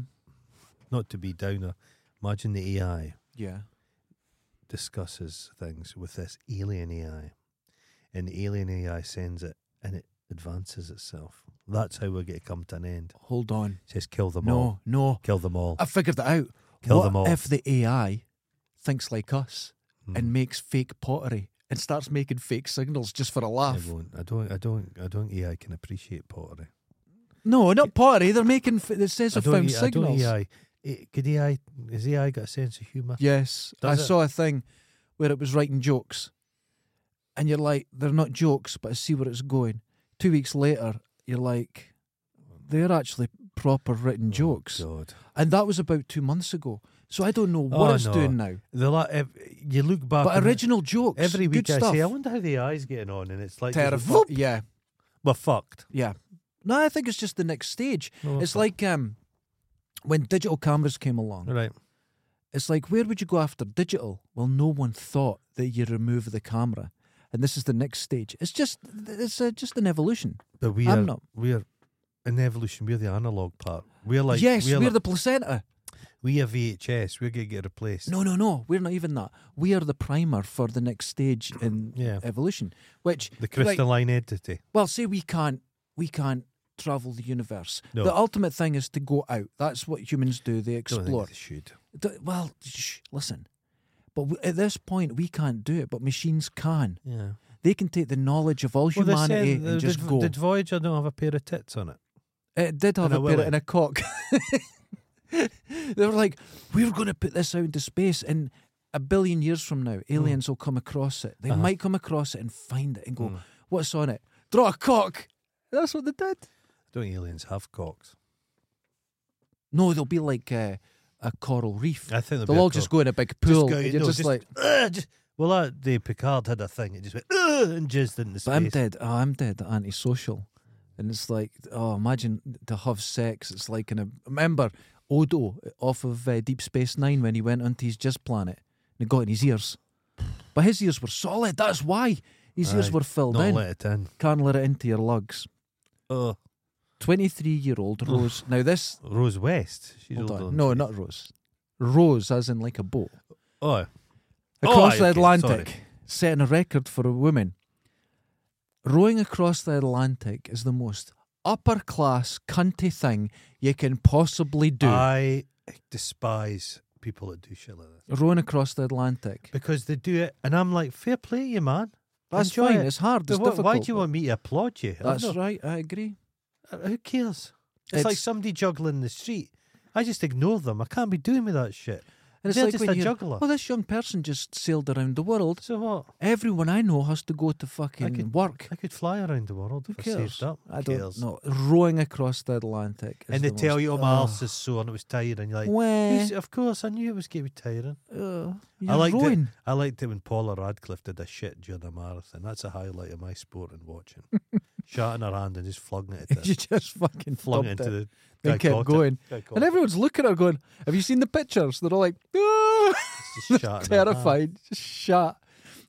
Speaker 1: not to be downer, imagine the AI
Speaker 2: yeah.
Speaker 1: discusses things with this alien AI, and the alien AI sends it, and it advances itself. That's how we're going to come to an end.
Speaker 2: Hold on.
Speaker 1: says kill them all.
Speaker 2: No, no.
Speaker 1: Kill them all.
Speaker 2: I figured that out.
Speaker 1: Kill
Speaker 2: what
Speaker 1: them all.
Speaker 2: if the AI thinks like us and makes fake pottery and starts making fake signals just for a
Speaker 1: I
Speaker 2: laugh?
Speaker 1: won't. I don't. I don't. I don't. AI can appreciate pottery.
Speaker 2: No, not pottery. They're making. F- it says
Speaker 1: I
Speaker 2: I
Speaker 1: don't.
Speaker 2: found
Speaker 1: e- I don't
Speaker 2: signals.
Speaker 1: AI. eh, Could AI? Has AI got a sense of humour?
Speaker 2: Yes,
Speaker 1: Does
Speaker 2: I
Speaker 1: it?
Speaker 2: saw a thing where it was writing jokes, and you're like, they're not jokes, but I see where it's going. Two weeks later, you're like, they're actually proper written jokes,
Speaker 1: Oh, God.
Speaker 2: and that was about two months ago. So I don't know what
Speaker 1: Oh,
Speaker 2: it's
Speaker 1: no.
Speaker 2: doing now,
Speaker 1: The la- ev- you look back.
Speaker 2: but
Speaker 1: on it,
Speaker 2: original jokes,
Speaker 1: every week
Speaker 2: good
Speaker 1: I
Speaker 2: stuff.
Speaker 1: say, I wonder how the AI's getting on, and it's like just
Speaker 2: Terrifying.
Speaker 1: whoop,
Speaker 2: Yeah,
Speaker 1: We're fucked.
Speaker 2: yeah. No, I think it's just the next stage.
Speaker 1: No,
Speaker 2: it's
Speaker 1: Oh, fuck.
Speaker 2: like um, when digital cameras came along.
Speaker 1: Right.
Speaker 2: It's like, where would you go after digital? Well, no one thought that you remove the camera. And this is the next stage. It's just, it's uh just an evolution.
Speaker 1: But we
Speaker 2: I'm
Speaker 1: are.
Speaker 2: not.
Speaker 1: We are. In evolution, we're the analog part. We're like
Speaker 2: yes,
Speaker 1: we're,
Speaker 2: we're,
Speaker 1: like-
Speaker 2: the placenta.
Speaker 1: we are VHS. We're gonna get replaced.
Speaker 2: No, no, no. We're not even that. We are the primer for the next stage in
Speaker 1: Yeah.
Speaker 2: evolution. Which
Speaker 1: The
Speaker 2: like,
Speaker 1: crystalline entity.
Speaker 2: well, say we can't, we can't travel the universe.
Speaker 1: No.
Speaker 2: The ultimate thing is to go out. That's what humans do. They
Speaker 1: Don't
Speaker 2: explore.
Speaker 1: think they should.
Speaker 2: D- well, shh, listen. But w- at this point, we can't do it. But machines can.
Speaker 1: Yeah.
Speaker 2: They can take the knowledge of all
Speaker 1: Well, they said
Speaker 2: humanity
Speaker 1: the-
Speaker 2: and just
Speaker 1: did,
Speaker 2: go.
Speaker 1: Did Voyager not have a pair of tits on it?
Speaker 2: It did have
Speaker 1: And a
Speaker 2: a pair
Speaker 1: willy.
Speaker 2: and a cock. they were like, we're going to put this out into space, and a billion years from now, aliens will come across it. They
Speaker 1: Hmm. Uh-huh.
Speaker 2: might come across it and find it and go,
Speaker 1: Mm.
Speaker 2: "What's on it? Draw a cock." That's what they did.
Speaker 1: Don't aliens have cocks?
Speaker 2: No, they'll be like uh, a coral reef.
Speaker 1: I think
Speaker 2: They'll all just go in a big pool. and you're just like,
Speaker 1: uh, well, that day Picard had a thing. It just went "Ugh," and jizzed into
Speaker 2: but I'm
Speaker 1: space.
Speaker 2: dead. Oh, I'm dead. Antisocial. And it's like, oh, imagine to have sex. It's like in a. Remember Odo off of uh, Deep Space Nine when he went onto his jizz planet and it got in his ears. But his ears were solid. That's why his ears
Speaker 1: Aye,
Speaker 2: were filled
Speaker 1: Not
Speaker 2: in.
Speaker 1: let it in.
Speaker 2: Can't let it into your lugs.
Speaker 1: Oh,
Speaker 2: 23 year old Rose. now, this.
Speaker 1: Rose West. She's
Speaker 2: Hold
Speaker 1: older
Speaker 2: on.
Speaker 1: than
Speaker 2: No,
Speaker 1: me.
Speaker 2: not Rose. Rose, as in like a boat.
Speaker 1: Oh, Oh, aye,
Speaker 2: across the
Speaker 1: okay, sorry.
Speaker 2: Atlantic, setting a record for a woman. Rowing across the Atlantic is the most upper class cunty thing you can possibly do.
Speaker 1: I despise people that do shit like that
Speaker 2: Rowing across the Atlantic.
Speaker 1: because they do it, and I'm like, fair play, to you man.
Speaker 2: That's
Speaker 1: Enjoy
Speaker 2: fine.
Speaker 1: it.
Speaker 2: It's hard.
Speaker 1: But
Speaker 2: It's
Speaker 1: why,
Speaker 2: difficult.
Speaker 1: why do you want me to applaud you? I've
Speaker 2: That's
Speaker 1: no-
Speaker 2: right. I agree.
Speaker 1: Uh, Who cares? It's, like
Speaker 2: It's-
Speaker 1: somebody juggling in the street. I just ignore them. I can't be doing with that shit.
Speaker 2: And it's
Speaker 1: They're
Speaker 2: like
Speaker 1: just
Speaker 2: when
Speaker 1: a
Speaker 2: you
Speaker 1: juggler.
Speaker 2: Well, this young person just sailed around the world.
Speaker 1: So what?
Speaker 2: Everyone I know has to go to fucking
Speaker 1: could-
Speaker 2: work.
Speaker 1: I could fly around the world
Speaker 2: Who
Speaker 1: if I
Speaker 2: cares?
Speaker 1: saved up.
Speaker 2: I
Speaker 1: Who
Speaker 2: don't
Speaker 1: cares?
Speaker 2: know. Rowing across the Atlantic. Is
Speaker 1: And they
Speaker 2: the
Speaker 1: tell
Speaker 2: most, Ah."
Speaker 1: you, oh, my arse is sore and it was tiring. And you're like,
Speaker 2: Where?
Speaker 1: "Yes, of course, I knew it was going to be tiring.
Speaker 2: I
Speaker 1: liked it.
Speaker 2: rowing.
Speaker 1: I liked it when Paula Radcliffe did a shit during a marathon. That's a highlight of my sport and watching. Shot in her hand and just flung it at
Speaker 2: you
Speaker 1: the,
Speaker 2: just fucking
Speaker 1: flung it
Speaker 2: dumped
Speaker 1: into
Speaker 2: it.
Speaker 1: the.
Speaker 2: They
Speaker 1: guy
Speaker 2: kept
Speaker 1: caught it.
Speaker 2: going.
Speaker 1: Guy caught
Speaker 2: And
Speaker 1: it.
Speaker 2: everyone's looking at her going, Have you seen the pictures? They're all like, "Ah,"
Speaker 1: It's just shot in her hand.
Speaker 2: terrified, just shot.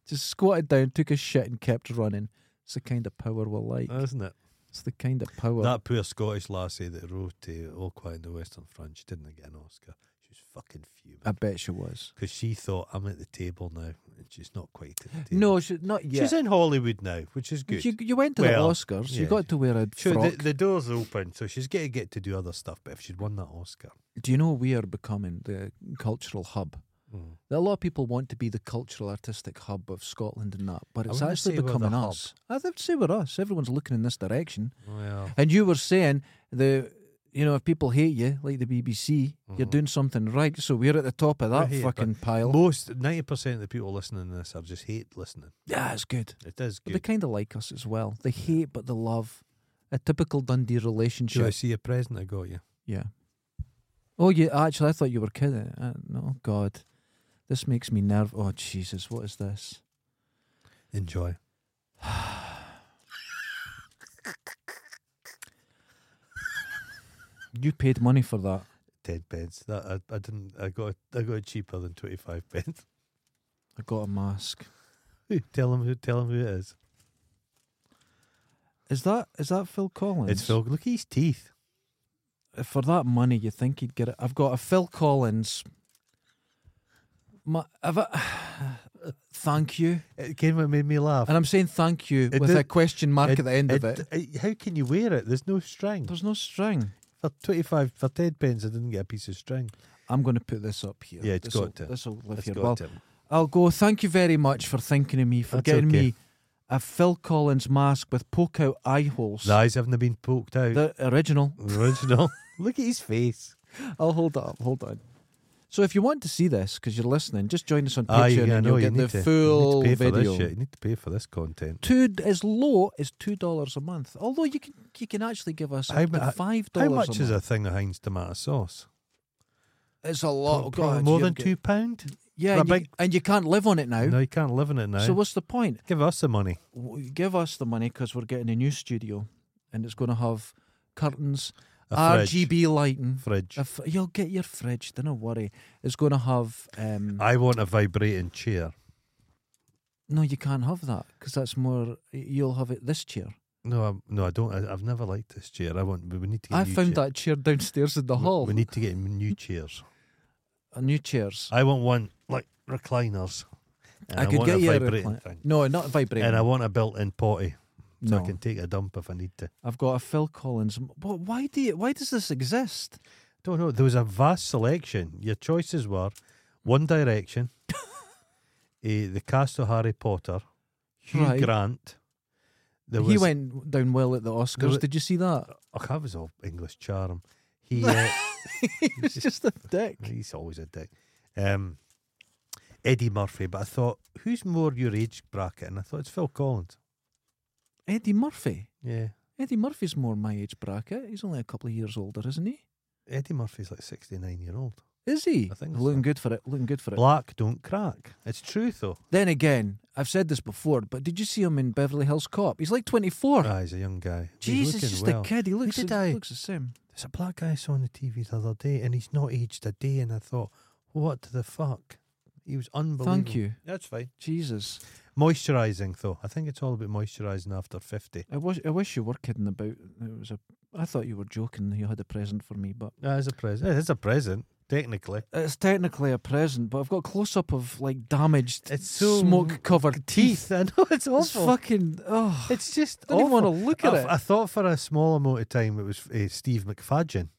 Speaker 2: Just squatted down, took a shit, and kept running. It's the kind of power we like.
Speaker 1: Isn't it?
Speaker 2: It's the kind of power.
Speaker 1: That poor Scottish lassie that wrote to All Quiet in the Western Front, she didn't get an Oscar. She was fucking fuming.
Speaker 2: I bet she was.
Speaker 1: Because she thought, I'm at the table now. And she's not quite at the table.
Speaker 2: No, she, not yet.
Speaker 1: She's in Hollywood now, which is good.
Speaker 2: You, you went to
Speaker 1: Well,
Speaker 2: the Oscars. You
Speaker 1: yeah.
Speaker 2: got to wear a
Speaker 1: Sure,
Speaker 2: frock.
Speaker 1: the, the door's open, so she's going to get to do other stuff. But if she'd won that Oscar,
Speaker 2: Do you know we are becoming the cultural hub?
Speaker 1: Mm.
Speaker 2: That a lot of people want to be the cultural artistic hub of Scotland and that, but
Speaker 1: I
Speaker 2: it's
Speaker 1: wouldn't
Speaker 2: actually
Speaker 1: say we're the
Speaker 2: becoming
Speaker 1: hub.
Speaker 2: us. I would say we're us. Everyone's looking in this direction.
Speaker 1: well,
Speaker 2: And you were saying the you know if people hate you like the BBC, you're doing something right. So we're at the top of that
Speaker 1: Mm-hmm. We're here,
Speaker 2: fucking pile.
Speaker 1: most 90% of the people listening to this are just hate listening.
Speaker 2: yeah, it's good.
Speaker 1: It is
Speaker 2: But
Speaker 1: good.
Speaker 2: They kind of like us as well. They hate but they love. A typical Dundee
Speaker 1: Do I
Speaker 2: relationship.
Speaker 1: see a present I got you?
Speaker 2: Yeah. Oh, yeah. Actually, I thought you were kidding. Uh, no, God, this makes me nerve. Oh, Jesus, what is this?
Speaker 1: Enjoy.
Speaker 2: You paid money for that.
Speaker 1: 10 pence. That, I, I didn't. I got. it- I got it cheaper than 25 pence.
Speaker 2: I got a mask.
Speaker 1: tell him who. Tell him who it is.
Speaker 2: Is that is that Phil Collins?
Speaker 1: It's Phil. Look at his teeth.
Speaker 2: for that money, you think he'd get it? I've got a Phil Collins. My, I've a- thank you,
Speaker 1: It came and made me laugh.
Speaker 2: and I'm saying thank you
Speaker 1: It
Speaker 2: with
Speaker 1: did-
Speaker 2: a question mark at the end of it.
Speaker 1: it- How can you wear it? There's no string.
Speaker 2: There's no string.
Speaker 1: For 25, for 10 pence, I didn't get a piece of string.
Speaker 2: I'm going to put this up here.
Speaker 1: Yeah, it's
Speaker 2: This'll-
Speaker 1: got to.
Speaker 2: This'll live
Speaker 1: It's
Speaker 2: here.
Speaker 1: got
Speaker 2: Well,
Speaker 1: him.
Speaker 2: I'll go. Thank you very much for thinking of me, for
Speaker 1: That's
Speaker 2: getting
Speaker 1: okay.
Speaker 2: me a Phil Collins mask with poke out eye holes.
Speaker 1: The eyes haven't been poked out.
Speaker 2: the original.
Speaker 1: Original. Look at his face.
Speaker 2: I'll hold it up. Hold on. So if you want to see this because you're listening, just join us on Patreon
Speaker 1: Ah, you, I
Speaker 2: and
Speaker 1: know
Speaker 2: you'll
Speaker 1: you
Speaker 2: get
Speaker 1: need
Speaker 2: the
Speaker 1: to,
Speaker 2: full
Speaker 1: you need to pay
Speaker 2: video.
Speaker 1: for this shit. You need to pay for this content.
Speaker 2: Two as low as two dollars a month. Although you can you can actually give us up
Speaker 1: How
Speaker 2: to
Speaker 1: mu-
Speaker 2: uh, five
Speaker 1: How
Speaker 2: dollars.
Speaker 1: much
Speaker 2: a
Speaker 1: is a
Speaker 2: month.
Speaker 1: thing of Heinz tomato sauce?
Speaker 2: It's a lot.
Speaker 1: Pro-
Speaker 2: Oh,
Speaker 1: probably
Speaker 2: God,
Speaker 1: more
Speaker 2: you'll
Speaker 1: than
Speaker 2: get-
Speaker 1: two pound.
Speaker 2: Yeah,
Speaker 1: for a
Speaker 2: and you,
Speaker 1: big-
Speaker 2: and you can't live on it now.
Speaker 1: No, you can't live in it now.
Speaker 2: So what's the point?
Speaker 1: Give us the money.
Speaker 2: W- Give us the money because we're getting a new studio, and it's going to have curtains,
Speaker 1: A
Speaker 2: RGB lighting.
Speaker 1: fridge. fridge.
Speaker 2: A fr- you'll get your fridge. Don't worry. It's going to have. Um,
Speaker 1: I want a vibrating chair.
Speaker 2: No, you can't have that because that's more. You'll have it this chair.
Speaker 1: No, I'm, no, I don't. I, I've never liked this chair. I want. We we need to. Get
Speaker 2: I
Speaker 1: new
Speaker 2: found
Speaker 1: chair.
Speaker 2: that chair downstairs in the
Speaker 1: We-
Speaker 2: hall.
Speaker 1: We need to get new chairs.
Speaker 2: Uh, new chairs.
Speaker 1: I want one like recliners. And
Speaker 2: I, could
Speaker 1: want
Speaker 2: get
Speaker 1: a
Speaker 2: you a
Speaker 1: vibrating
Speaker 2: recliner.
Speaker 1: thing.
Speaker 2: No, not vibrating.
Speaker 1: And I want a built-in potty so
Speaker 2: no,
Speaker 1: I can take a dump if I need to.
Speaker 2: I've got a Phil Collins. But why do you, Why does this exist?
Speaker 1: Don't know. There was a vast selection. Your choices were One Direction, eh, the cast of Harry Potter, Hugh
Speaker 2: Right.
Speaker 1: Grant. There
Speaker 2: he
Speaker 1: was,
Speaker 2: went down well at the Oscars.
Speaker 1: was-
Speaker 2: Did you see that?
Speaker 1: Oh, that was all English charm. He, uh,
Speaker 2: he was just a dick.
Speaker 1: he's always a dick. Um, Eddie Murphy, but I thought, who's more your age bracket? And I thought it's Phil Collins.
Speaker 2: Eddie Murphy.
Speaker 1: Yeah,
Speaker 2: Eddie Murphy's more my age bracket. He's only a couple of years older, isn't he?
Speaker 1: Eddie Murphy's like 69 year old.
Speaker 2: Is he?
Speaker 1: I think
Speaker 2: looking
Speaker 1: so.
Speaker 2: good for it. Looking good for it.
Speaker 1: Black don't crack. It's true though.
Speaker 2: Then again, I've said this before, but did you see him in Beverly Hills Cop? He's like 24.
Speaker 1: Ah, he's a young guy.
Speaker 2: Jesus,
Speaker 1: he's
Speaker 2: just
Speaker 1: looking well.
Speaker 2: a kid. He looks,
Speaker 1: did
Speaker 2: he
Speaker 1: I-
Speaker 2: looks the same.
Speaker 1: There's a black guy I saw on the TV the other day, and he's not aged a day. And I thought, what the fuck? He was unbelievable.
Speaker 2: Thank you.
Speaker 1: That's fine.
Speaker 2: Jesus.
Speaker 1: Moisturising though. I think it's all about moisturising after 50.
Speaker 2: I wish, I wish you were kidding about it. Was a, I thought you were joking. You had a present for me, but
Speaker 1: That is a present. It is a present, technically.
Speaker 2: it's technically a present. But I've got a close up of like damaged,
Speaker 1: It's so-
Speaker 2: smoke covered teeth.
Speaker 1: Teeth. I know, it's
Speaker 2: It's
Speaker 1: awful.
Speaker 2: fucking. Oh,
Speaker 1: It's just
Speaker 2: I don't even
Speaker 1: awful.
Speaker 2: want to look at
Speaker 1: I,
Speaker 2: it.
Speaker 1: I thought for a small amount of time it was uh, Steve McFadgen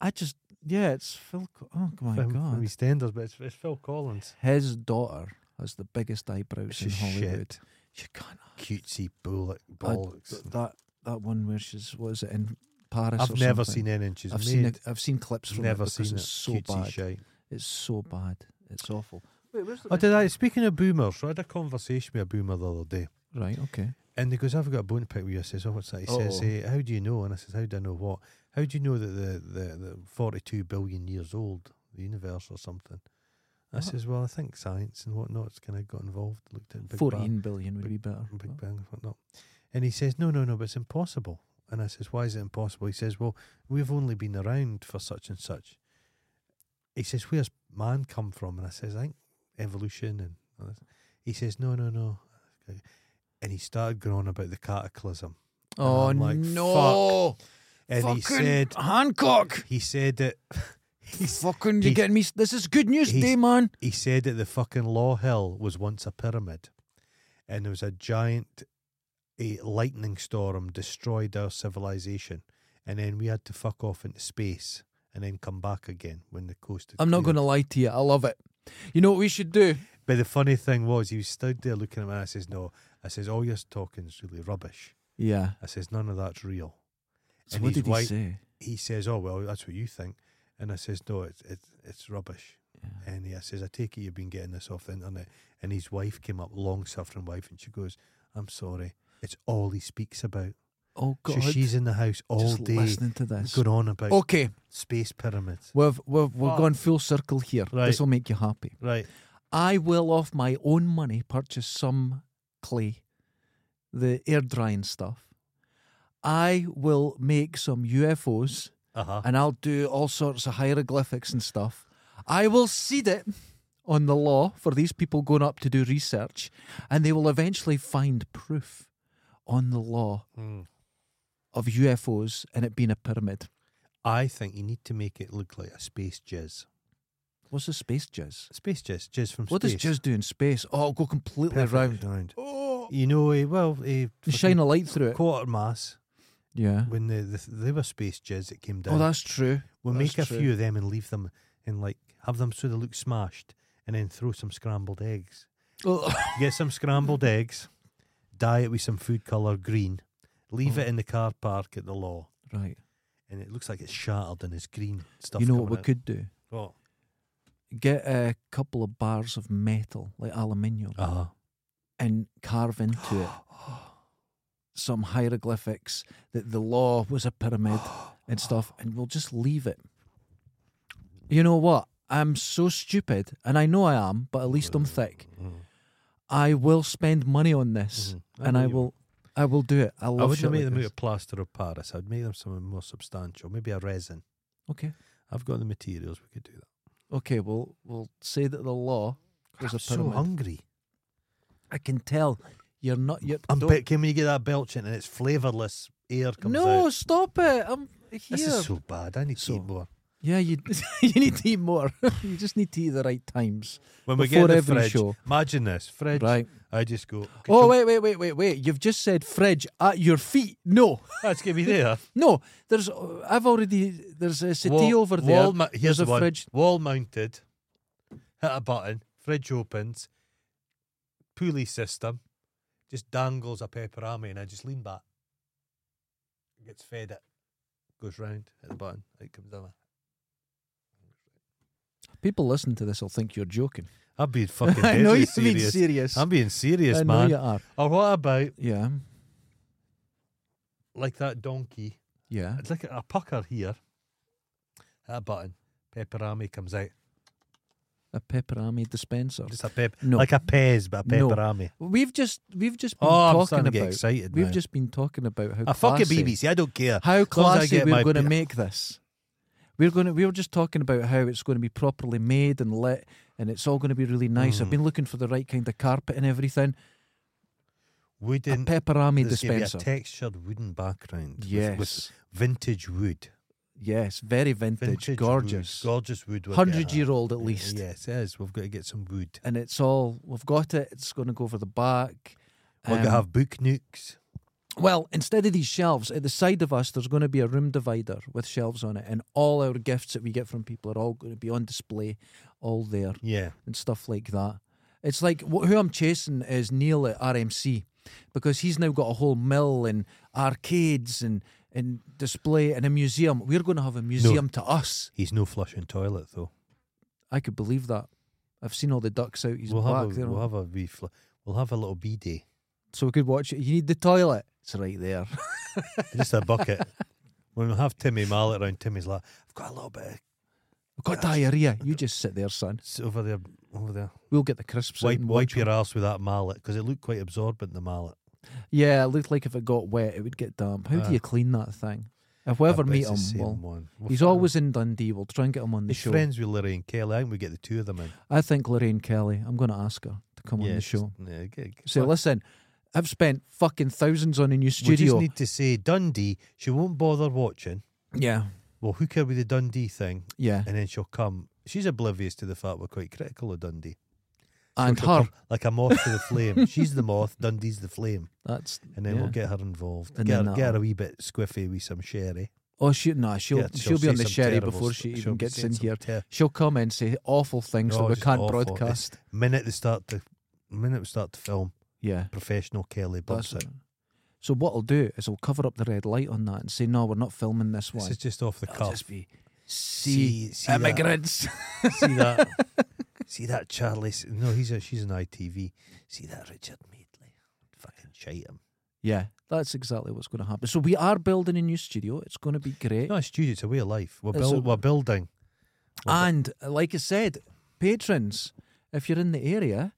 Speaker 2: I just yeah, it's Phil. Co- oh my
Speaker 1: from, from
Speaker 2: god,
Speaker 1: EastEnders, but it's, it's Phil Collins.
Speaker 2: his daughter has the biggest eyebrows in
Speaker 1: She's
Speaker 2: Hollywood.
Speaker 1: shit.
Speaker 2: She can't.
Speaker 1: Cutesy bullock
Speaker 2: I-
Speaker 1: bollocks.
Speaker 2: th- that that one where she's what is it in Paris?
Speaker 1: I've
Speaker 2: or
Speaker 1: never
Speaker 2: something.
Speaker 1: seen anything she's
Speaker 2: I've
Speaker 1: made.
Speaker 2: seen it, I've seen clips from
Speaker 1: never
Speaker 2: it because
Speaker 1: seen
Speaker 2: it's
Speaker 1: it.
Speaker 2: so
Speaker 1: Cutesy
Speaker 2: bad.
Speaker 1: shite.
Speaker 2: It's so bad. It's awful. Wait, where's the
Speaker 1: Oh, did I? Speaking of boomers, so I had a conversation with a boomer the other day,
Speaker 2: right? Okay.
Speaker 1: and he goes, "I've got a bone to pick with you." I says, "Oh, what's that?" He says,
Speaker 2: Uh-oh.
Speaker 1: "Eh, "How do you know?" And I says, "How do I know what? How do you know that the the, the forty-two billion years old, the universe or something?" I
Speaker 2: What?
Speaker 1: says, "Well, I think science and whatnot's kind of got involved, looked at Big Bang."
Speaker 2: Fourteen billion would
Speaker 1: Big-
Speaker 2: be better.
Speaker 1: and Big
Speaker 2: but-
Speaker 1: Bang and whatnot. And he says, No, no, no, but it's impossible. And I says, Why is it impossible? He says, Well, we've only been around for such and such. He says, Where's man come from? And I says, I think evolution and all this. He says, No, no, no. And he started going on about the cataclysm. And
Speaker 2: Oh
Speaker 1: I'm like,
Speaker 2: no!
Speaker 1: And he
Speaker 2: Fucking
Speaker 1: said
Speaker 2: Hancock.
Speaker 1: he said that he, s-
Speaker 2: Fucking, you
Speaker 1: he's-
Speaker 2: getting me? s- This is good news
Speaker 1: he's-
Speaker 2: day, man.
Speaker 1: he said that the fucking Law Hill was once a pyramid and there was a giant a lightning storm destroyed our civilization and then we had to fuck off into space and then come back again when the coast had
Speaker 2: I'm
Speaker 1: cleared.
Speaker 2: not going to lie to you. I love it. You know what we should do?
Speaker 1: But the funny thing was he was stood there looking at me and I says, No. I says, All your talking's really rubbish.
Speaker 2: Yeah.
Speaker 1: I says, None of that's real.
Speaker 2: So
Speaker 1: And
Speaker 2: what
Speaker 1: he's
Speaker 2: did he
Speaker 1: white.
Speaker 2: say?
Speaker 1: He says, Oh well, that's what you think and I says, No, it's it's it's rubbish.
Speaker 2: Yeah.
Speaker 1: And he I says, I take it you've been getting this off the internet. And his wife came up, long suffering wife, and she goes, I'm sorry. It's all he speaks about.
Speaker 2: Oh
Speaker 1: So
Speaker 2: God!
Speaker 1: she's in the house all
Speaker 2: Just
Speaker 1: day
Speaker 2: listening to this. Oh.
Speaker 1: going on about
Speaker 2: Okay,
Speaker 1: space pyramids.
Speaker 2: we've we've we've
Speaker 1: Fuck.
Speaker 2: gone full circle here.
Speaker 1: Right.
Speaker 2: This will make you happy.
Speaker 1: Right.
Speaker 2: I will, off my own money, purchase some clay, the air drying stuff. I will make some UFOs,
Speaker 1: Uh huh.
Speaker 2: and I'll do all sorts of hieroglyphics and stuff. I will seed it on the law for these people going up to do research, and they will eventually find proof on the law
Speaker 1: Hmm.
Speaker 2: of UFOs and it being a pyramid.
Speaker 1: I think you need to make it look like a space jizz.
Speaker 2: What's a space jizz?
Speaker 1: Space jizz. Jizz from
Speaker 2: What does
Speaker 1: space.
Speaker 2: jizz do in space? Oh, it'll go completely round.
Speaker 1: round.
Speaker 2: Oh,
Speaker 1: You know, eh, well, eh, fucking
Speaker 2: shine a light through it.
Speaker 1: quarter mass,
Speaker 2: Yeah.
Speaker 1: when the, the, they were space jizz that came down.
Speaker 2: Oh, that's true.
Speaker 1: We'll
Speaker 2: That's
Speaker 1: make a
Speaker 2: true.
Speaker 1: few of them and leave them and like have them so they look smashed and then throw some scrambled eggs.
Speaker 2: Oh,
Speaker 1: Get some scrambled eggs, dye it with some food colour green, leave it in the car park at the law,
Speaker 2: right.
Speaker 1: and it looks like it's shattered and it's green stuff.
Speaker 2: you know what we
Speaker 1: coming out.
Speaker 2: could do?
Speaker 1: What?
Speaker 2: Get a couple of bars of metal, like aluminium,
Speaker 1: Uh-huh.
Speaker 2: and carve into it some hieroglyphics that the law was a pyramid and stuff, and we'll just leave it. You know what? I'm so stupid, and I know I am, but at least I'm thick.
Speaker 1: Mm-hmm.
Speaker 2: I will spend money on this,
Speaker 1: Mhm.
Speaker 2: and
Speaker 1: know
Speaker 2: I
Speaker 1: you-
Speaker 2: will, I will do it. I
Speaker 1: I
Speaker 2: love shit
Speaker 1: wouldn't make
Speaker 2: like
Speaker 1: them out
Speaker 2: this.
Speaker 1: of plaster of Paris. I'd make them something more substantial, maybe a resin.
Speaker 2: Okay,
Speaker 1: I've got the materials. We could do that.
Speaker 2: okay. Well, we'll say that the law was
Speaker 1: I'm
Speaker 2: a
Speaker 1: so
Speaker 2: pyramid.
Speaker 1: hungry.
Speaker 2: I can tell you're not. You're,
Speaker 1: I'm
Speaker 2: don't-
Speaker 1: picking when you get that belching and it's flavourless air comes out.
Speaker 2: no, stop it! I'm here.
Speaker 1: This is so bad. I need
Speaker 2: So-
Speaker 1: to eat more.
Speaker 2: yeah, you you need to eat more. you just need to eat the right times.
Speaker 1: When
Speaker 2: Before every show.
Speaker 1: imagine this fridge.
Speaker 2: Right.
Speaker 1: I just go.
Speaker 2: Oh wait, wait, wait, wait, wait! You've just said fridge at your feet. No,
Speaker 1: that's gonna be there.
Speaker 2: no. There's uh, I've already there's a city
Speaker 1: Wall-
Speaker 2: over there.
Speaker 1: wall mou- here's
Speaker 2: There's a
Speaker 1: the one.
Speaker 2: fridge.
Speaker 1: Wall mounted. Hit a button. Fridge opens. Pulley system. Just dangles a pepperami, and I just lean back. Gets fed it. Goes round. Hit the button. It comes down.
Speaker 2: People listening to this will think you're joking.
Speaker 1: I'm being fucking.
Speaker 2: I know
Speaker 1: deadly
Speaker 2: you're being
Speaker 1: serious.
Speaker 2: serious.
Speaker 1: I'm being serious,
Speaker 2: I know
Speaker 1: man.
Speaker 2: you are.
Speaker 1: Or what about
Speaker 2: Yeah.
Speaker 1: like that donkey.
Speaker 2: Yeah.
Speaker 1: It's like a pucker here. Hit a button. Pepperami comes out.
Speaker 2: A pepperami dispenser.
Speaker 1: Just a pep,
Speaker 2: No.
Speaker 1: like a Pez, but a
Speaker 2: No.
Speaker 1: pepperami.
Speaker 2: We've just we've just been
Speaker 1: Oh, I'm
Speaker 2: talking
Speaker 1: starting to
Speaker 2: about
Speaker 1: get excited.
Speaker 2: we've
Speaker 1: now.
Speaker 2: just been talking about how
Speaker 1: a fucking
Speaker 2: classy-
Speaker 1: BBC. I don't care.
Speaker 2: how
Speaker 1: long as I
Speaker 2: classy
Speaker 1: get
Speaker 2: we're
Speaker 1: my
Speaker 2: going to
Speaker 1: bit.
Speaker 2: make this. We're going to, we were just talking about how it's going to be properly made and lit, and it's all going to be really nice. I've
Speaker 1: Mm.
Speaker 2: been looking for the right kind of carpet and everything.
Speaker 1: Wooden.
Speaker 2: a pepperami
Speaker 1: there's gonna be
Speaker 2: dispenser.
Speaker 1: a textured wooden background. with-
Speaker 2: yes,
Speaker 1: With, vintage wood.
Speaker 2: yes, very vintage,
Speaker 1: Vintage wood,
Speaker 2: gorgeous,
Speaker 1: gorgeous wood. we'll get
Speaker 2: hundred
Speaker 1: that.
Speaker 2: year old at least.
Speaker 1: Yes, it is. We've got to get some wood.
Speaker 2: And it's all we've got. It. It's going to go over the back.
Speaker 1: We're going to
Speaker 2: Um,
Speaker 1: have book nooks.
Speaker 2: Well, instead of these shelves, at the side of us, there's going to be a room divider with shelves on it, and all our gifts that we get from people are all going to be on display, all there
Speaker 1: Yeah.
Speaker 2: and stuff like that. It's like wh- who I'm chasing is Neil at RMC because he's now got a whole mill and arcades and and display and a museum. We're going to have a museum to us.
Speaker 1: He's no flushing toilet, though.
Speaker 2: I could believe that. I've seen all the ducks out his
Speaker 1: we'll,
Speaker 2: back.
Speaker 1: have a,
Speaker 2: there.
Speaker 1: we'll have a wee fl- We'll have a little bee day.
Speaker 2: so we could watch it. You need the toilet. It's right there.
Speaker 1: Just a bucket. when we have Timmy Mallet around, Timmy's like, I've got a little bit of
Speaker 2: I've got diarrhea. You just sit there, son.
Speaker 1: s- over there, over there.
Speaker 2: We'll get the crisps. out
Speaker 1: Wipe,
Speaker 2: and
Speaker 1: wipe
Speaker 2: watch
Speaker 1: your ass with that mallet because it looked quite absorbent. The mallet.
Speaker 2: Yeah, it looked like if it got wet, it would get damp. How
Speaker 1: Ah.
Speaker 2: do you clean that thing? If we ever
Speaker 1: I bet
Speaker 2: meet
Speaker 1: it's the
Speaker 2: him,
Speaker 1: same
Speaker 2: we'll,
Speaker 1: one. We'll
Speaker 2: he's
Speaker 1: find-
Speaker 2: always in Dundee. We'll try and get him on the
Speaker 1: He's
Speaker 2: show.
Speaker 1: friends with Larry and Kelly. I think we get the two of them in.
Speaker 2: I think Lorraine Kelly, I'm going to ask her to come on the
Speaker 1: Yes,
Speaker 2: show.
Speaker 1: Yeah, good.
Speaker 2: Say, listen, I've spent fucking thousands on a new
Speaker 1: we
Speaker 2: studio.
Speaker 1: just need to say Dundee. She won't bother watching.
Speaker 2: yeah,
Speaker 1: We'll hook her with the Dundee thing,
Speaker 2: yeah.
Speaker 1: and then she'll come. She's oblivious to the fact we're quite critical of Dundee. So
Speaker 2: And
Speaker 1: she'll
Speaker 2: her.
Speaker 1: come like a moth to the flame. She's the moth. Dundee's the flame.
Speaker 2: That's
Speaker 1: And then
Speaker 2: Yeah.
Speaker 1: we'll get her involved.
Speaker 2: And
Speaker 1: get,
Speaker 2: then
Speaker 1: her, get her
Speaker 2: that'll-
Speaker 1: a wee bit squiffy with some sherry.
Speaker 2: oh she nah she'll
Speaker 1: Yeah,
Speaker 2: she'll, be on
Speaker 1: say
Speaker 2: the
Speaker 1: some
Speaker 2: sherry
Speaker 1: terrible
Speaker 2: before
Speaker 1: stu-
Speaker 2: she
Speaker 1: she'll
Speaker 2: even
Speaker 1: be
Speaker 2: gets
Speaker 1: saying
Speaker 2: in
Speaker 1: some
Speaker 2: here.
Speaker 1: ter-
Speaker 2: She'll come in and say awful things
Speaker 1: Oh,
Speaker 2: that we
Speaker 1: just
Speaker 2: can't
Speaker 1: awful. It's-
Speaker 2: broadcast.
Speaker 1: minute they start to, minute we start to film,
Speaker 2: Yeah,
Speaker 1: professional Kelly
Speaker 2: that's
Speaker 1: bumps out.
Speaker 2: it. So what I'll do is I'll cover up the red light on that and say no, we're not filming this
Speaker 1: This
Speaker 2: one.
Speaker 1: is just off the
Speaker 2: It'll
Speaker 1: cuff.
Speaker 2: just be see,
Speaker 1: See, see that,
Speaker 2: immigrants.
Speaker 1: see that, see that Charlie. S- No, he's a, she's an ITV. See that Richard Madeley. Fucking shite him.
Speaker 2: Yeah, that's exactly what's going to happen. So we are building a new studio. It's going to be great.
Speaker 1: No, it's studio. It's a way of life. We're,
Speaker 2: It's
Speaker 1: build,
Speaker 2: a-
Speaker 1: we're building. We're bu-
Speaker 2: And uh, like I said, patrons, if you're in the area,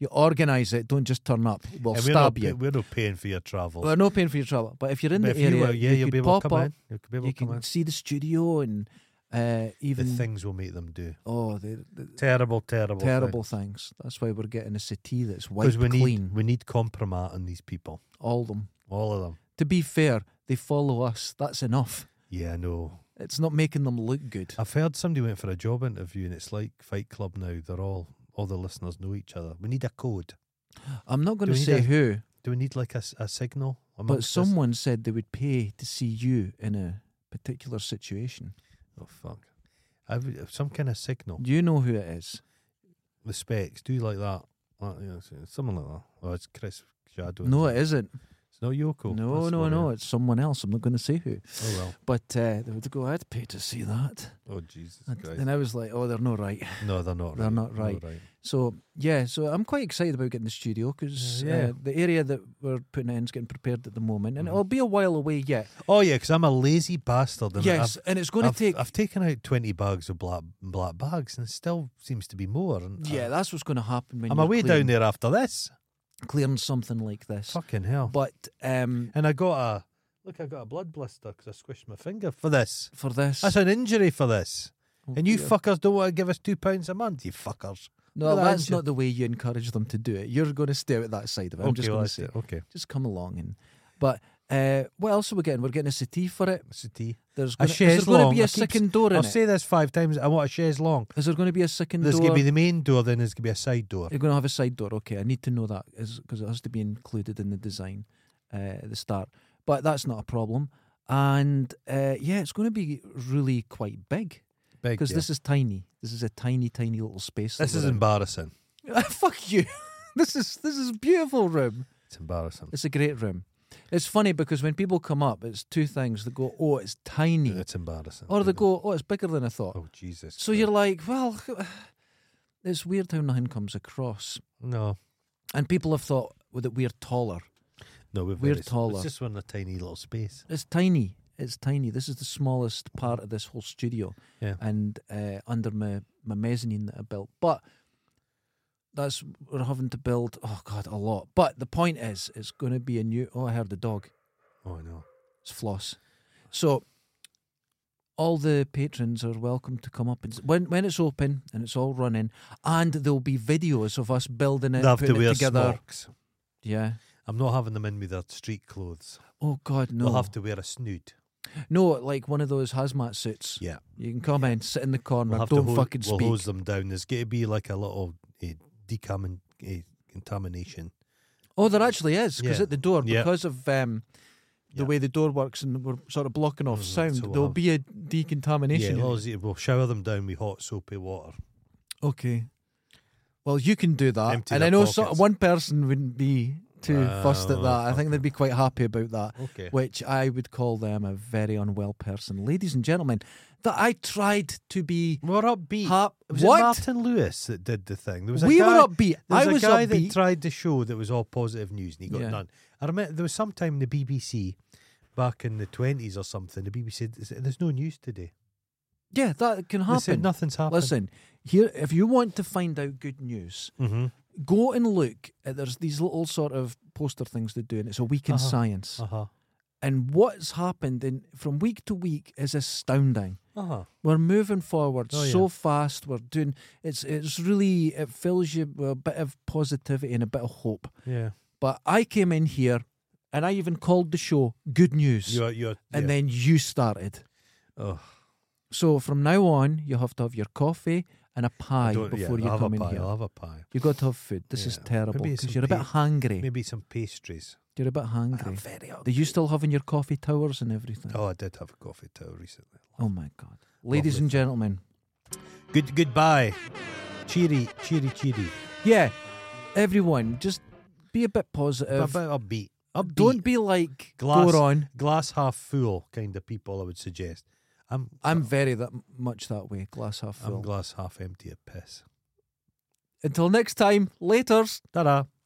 Speaker 2: you organise it. Don't just turn up. We'll
Speaker 1: and we're
Speaker 2: stab
Speaker 1: not,
Speaker 2: you.
Speaker 1: We're not paying for your travel.
Speaker 2: We're not paying for your travel, but if you're in
Speaker 1: But
Speaker 2: the
Speaker 1: if
Speaker 2: area,
Speaker 1: you were, yeah,
Speaker 2: you
Speaker 1: will
Speaker 2: could
Speaker 1: be able
Speaker 2: pop
Speaker 1: to come
Speaker 2: up.
Speaker 1: in. You'll be able
Speaker 2: You
Speaker 1: to come
Speaker 2: can
Speaker 1: in.
Speaker 2: see the studio and uh,
Speaker 1: The
Speaker 2: even
Speaker 1: things we'll make them do.
Speaker 2: oh, the, the
Speaker 1: Terrible, terrible, thing.
Speaker 2: terrible things. That's why we're getting a city that's
Speaker 1: Because
Speaker 2: wiped
Speaker 1: we need
Speaker 2: clean.
Speaker 1: we need compromat on these people,
Speaker 2: All of them.
Speaker 1: all of them.
Speaker 2: To be fair, they follow us. That's enough.
Speaker 1: Yeah, I know.
Speaker 2: It's not making them look good.
Speaker 1: I've heard somebody went for a job interview, and it's like Fight Club now. They're all all the listeners know each other. We need a code.
Speaker 2: I'm not going
Speaker 1: Uh, Do
Speaker 2: to
Speaker 1: we need
Speaker 2: say
Speaker 1: a-
Speaker 2: who.
Speaker 1: Do we need like a, s- a signal?
Speaker 2: But
Speaker 1: amongst us?
Speaker 2: someone said they would pay to see you in a particular situation.
Speaker 1: oh fuck, I would, some kind of signal.
Speaker 2: You know who it is.
Speaker 1: The specs do you like that. Uh, yeah, s- something like that. Oh, it's Chris Shadow.
Speaker 2: No, it isn't.
Speaker 1: It's not Yoko.
Speaker 2: No,
Speaker 1: That's
Speaker 2: no,
Speaker 1: what it
Speaker 2: no.
Speaker 1: is.
Speaker 2: It's someone else. I'm not going to say who.
Speaker 1: Oh well.
Speaker 2: But uh, they would go, I'd pay to see that.
Speaker 1: Oh Jesus
Speaker 2: And,
Speaker 1: Christ.
Speaker 2: and I was like, oh, they're not right.
Speaker 1: no, they're not.
Speaker 2: They're
Speaker 1: right.
Speaker 2: not right. So, yeah, so I'm quite excited about getting the studio because
Speaker 1: Yeah.
Speaker 2: uh, the area that we're putting in is getting prepared at the moment. And
Speaker 1: Mhm.
Speaker 2: it'll be a while away yet.
Speaker 1: Oh yeah, because I'm a lazy bastard. And I've-
Speaker 2: yes, and it's going
Speaker 1: I've,
Speaker 2: to take.
Speaker 1: I've taken out twenty bags of black black bags, and it still seems to be more. And I-
Speaker 2: yeah, that's what's going to happen when
Speaker 1: I'm
Speaker 2: you're
Speaker 1: away down
Speaker 2: clearing,
Speaker 1: there after this.
Speaker 2: clearing something like this.
Speaker 1: Fucking hell!
Speaker 2: But um,
Speaker 1: And I got a look. I got a blood blister because I squished my finger for this.
Speaker 2: for this.
Speaker 1: That's an injury for this.
Speaker 2: Oh,
Speaker 1: and you
Speaker 2: dear.
Speaker 1: fuckers don't want to give us two pounds a month. You fuckers.
Speaker 2: No,
Speaker 1: Well,
Speaker 2: that's
Speaker 1: Ange-
Speaker 2: not the way you encourage them to do it. You're going to stare at that side of it. I'm just
Speaker 1: well,
Speaker 2: going to
Speaker 1: that's it.
Speaker 2: say,
Speaker 1: okay.
Speaker 2: just come along and. But uh, what else are we getting? We're getting a settee for it.
Speaker 1: It's a tea.
Speaker 2: There's
Speaker 1: A
Speaker 2: going to, is there going to
Speaker 1: chaise-longue.
Speaker 2: be
Speaker 1: I
Speaker 2: a
Speaker 1: keep
Speaker 2: second door in
Speaker 1: I'll
Speaker 2: it?
Speaker 1: say this five times. I want a chaise long.
Speaker 2: Is there going to be a second
Speaker 1: There's
Speaker 2: door?
Speaker 1: gonna be the main door, then there's gonna be a side door.
Speaker 2: You're going to have a side door. Okay, I need to know that because it has to be included in the design uh, at the start. But that's not a problem. And uh, yeah, it's going to be really quite big
Speaker 1: Big.
Speaker 2: because
Speaker 1: yeah.
Speaker 2: this is tiny. This is a tiny, tiny little space. that
Speaker 1: this is
Speaker 2: we're in.
Speaker 1: embarrassing.
Speaker 2: fuck you. this is this is beautiful room.
Speaker 1: It's embarrassing.
Speaker 2: It's a great room. It's funny because when people come up, it's two things. They go, "Oh, it's tiny,"
Speaker 1: It's embarrassing.
Speaker 2: or they go, "Oh, it's bigger than I thought."
Speaker 1: Oh Jesus.
Speaker 2: So you're like, "Well, it's weird how nothing comes across."
Speaker 1: no.
Speaker 2: And people have thought well, that we're taller.
Speaker 1: No, we're,
Speaker 2: We're
Speaker 1: very s-
Speaker 2: taller.
Speaker 1: It's just we're in a tiny little space.
Speaker 2: It's tiny. It's tiny. This is the smallest part of this whole studio.
Speaker 1: Yeah.
Speaker 2: And uh, under my, my mezzanine that I built. But that's we're having to build oh god, a lot. But the point is it's gonna be a new oh I heard the dog.
Speaker 1: Oh no.
Speaker 2: It's floss. So all the patrons are welcome to come up and s- when when it's open and it's all running, and there'll be videos of us building it,
Speaker 1: They have to
Speaker 2: putting it
Speaker 1: wear
Speaker 2: together.
Speaker 1: smocks.
Speaker 2: Yeah.
Speaker 1: I'm not having them in with their street clothes.
Speaker 2: Oh God, no!
Speaker 1: They'll have to wear a snood.
Speaker 2: No, like one of those hazmat suits.
Speaker 1: Yeah.
Speaker 2: You can come in, sit in the corner,
Speaker 1: We'll have
Speaker 2: don't
Speaker 1: to hose,
Speaker 2: fucking
Speaker 1: we'll
Speaker 2: speak.
Speaker 1: hose them down. There's got to be like a little eh, decamin, eh, contamination.
Speaker 2: oh, there actually is because
Speaker 1: Yeah.
Speaker 2: at the door,
Speaker 1: Yeah.
Speaker 2: because of um, the
Speaker 1: Yeah.
Speaker 2: way the door works and we're sort of blocking off
Speaker 1: Mhm,
Speaker 2: sound,
Speaker 1: so we'll
Speaker 2: there'll
Speaker 1: have-
Speaker 2: be a
Speaker 1: Yeah, oh,
Speaker 2: decontamination. unit.
Speaker 1: we'll, we'll shower them down with hot soapy water.
Speaker 2: Okay. Well, you can do that,
Speaker 1: Empty
Speaker 2: and
Speaker 1: their
Speaker 2: I know so,
Speaker 1: pockets.
Speaker 2: one person wouldn't be too
Speaker 1: Ah,
Speaker 2: fussed at
Speaker 1: well,
Speaker 2: that. I think
Speaker 1: fuck
Speaker 2: they'd be quite happy about that,
Speaker 1: Okay.
Speaker 2: which I would call them a very unwell person, ladies and gentlemen. That I tried to be.
Speaker 1: We're upbeat.
Speaker 2: Ha-
Speaker 1: was
Speaker 2: what?
Speaker 1: it Martin Lewis that did the thing? There was a
Speaker 2: we
Speaker 1: guy,
Speaker 2: were upbeat.
Speaker 1: There was
Speaker 2: I
Speaker 1: a
Speaker 2: was
Speaker 1: guy
Speaker 2: upbeat.
Speaker 1: that tried to show that was all positive news and he got
Speaker 2: Yeah.
Speaker 1: none. I remember there was sometime in the BBC back in the twenties or something. The BBC said, "There's- "There's no news today."
Speaker 2: yeah, that can
Speaker 1: They said
Speaker 2: happen.
Speaker 1: nothing's happened.
Speaker 2: Listen, here, if you want to find out good news,
Speaker 1: hmm
Speaker 2: go and look. At, there's these little sort of poster things they do, and it's a week in
Speaker 1: Uh-huh.
Speaker 2: science.
Speaker 1: Uh huh.
Speaker 2: And what's happened in from week to week is astounding.
Speaker 1: Uh huh.
Speaker 2: We're moving forward
Speaker 1: Oh,
Speaker 2: so
Speaker 1: yeah.
Speaker 2: fast. We're doing. It's it's really it fills you with a bit of positivity and a bit of hope.
Speaker 1: Yeah.
Speaker 2: But I came in here, and I even called the show "Good News,"
Speaker 1: You're. You're.
Speaker 2: and
Speaker 1: yeah.
Speaker 2: then you started.
Speaker 1: Oh,
Speaker 2: So from now on, you have to have your coffee and a pie
Speaker 1: don't- yeah,
Speaker 2: before
Speaker 1: I'll
Speaker 2: you
Speaker 1: have
Speaker 2: come
Speaker 1: a
Speaker 2: in
Speaker 1: pie.
Speaker 2: here.
Speaker 1: I'll have a pie.
Speaker 2: You got to have food. This is
Speaker 1: Yeah.
Speaker 2: terrible
Speaker 1: Maybe
Speaker 2: because
Speaker 1: some
Speaker 2: you're a bit hungry.
Speaker 1: Maybe some pastries.
Speaker 2: You're a bit hungry.
Speaker 1: very
Speaker 2: Are you still having your coffee towers and everything?
Speaker 1: Oh, I did have a coffee towel recently.
Speaker 2: Oh my God, ladies
Speaker 1: Lovely
Speaker 2: and
Speaker 1: thing.
Speaker 2: gentlemen.
Speaker 1: Good. Goodbye. Cheery. Cheery. Cheery.
Speaker 2: Yeah, everyone, just be a bit positive.
Speaker 1: About upbeat. Upbeat.
Speaker 2: Don't be like
Speaker 1: Glass.
Speaker 2: go on.
Speaker 1: glass half full kind of people. I would suggest. I'm.
Speaker 2: I'm very that much that way. Glass half
Speaker 1: I'm
Speaker 2: full.
Speaker 1: glass half empty at piss.
Speaker 2: Until next time, later's.
Speaker 1: Ta-da.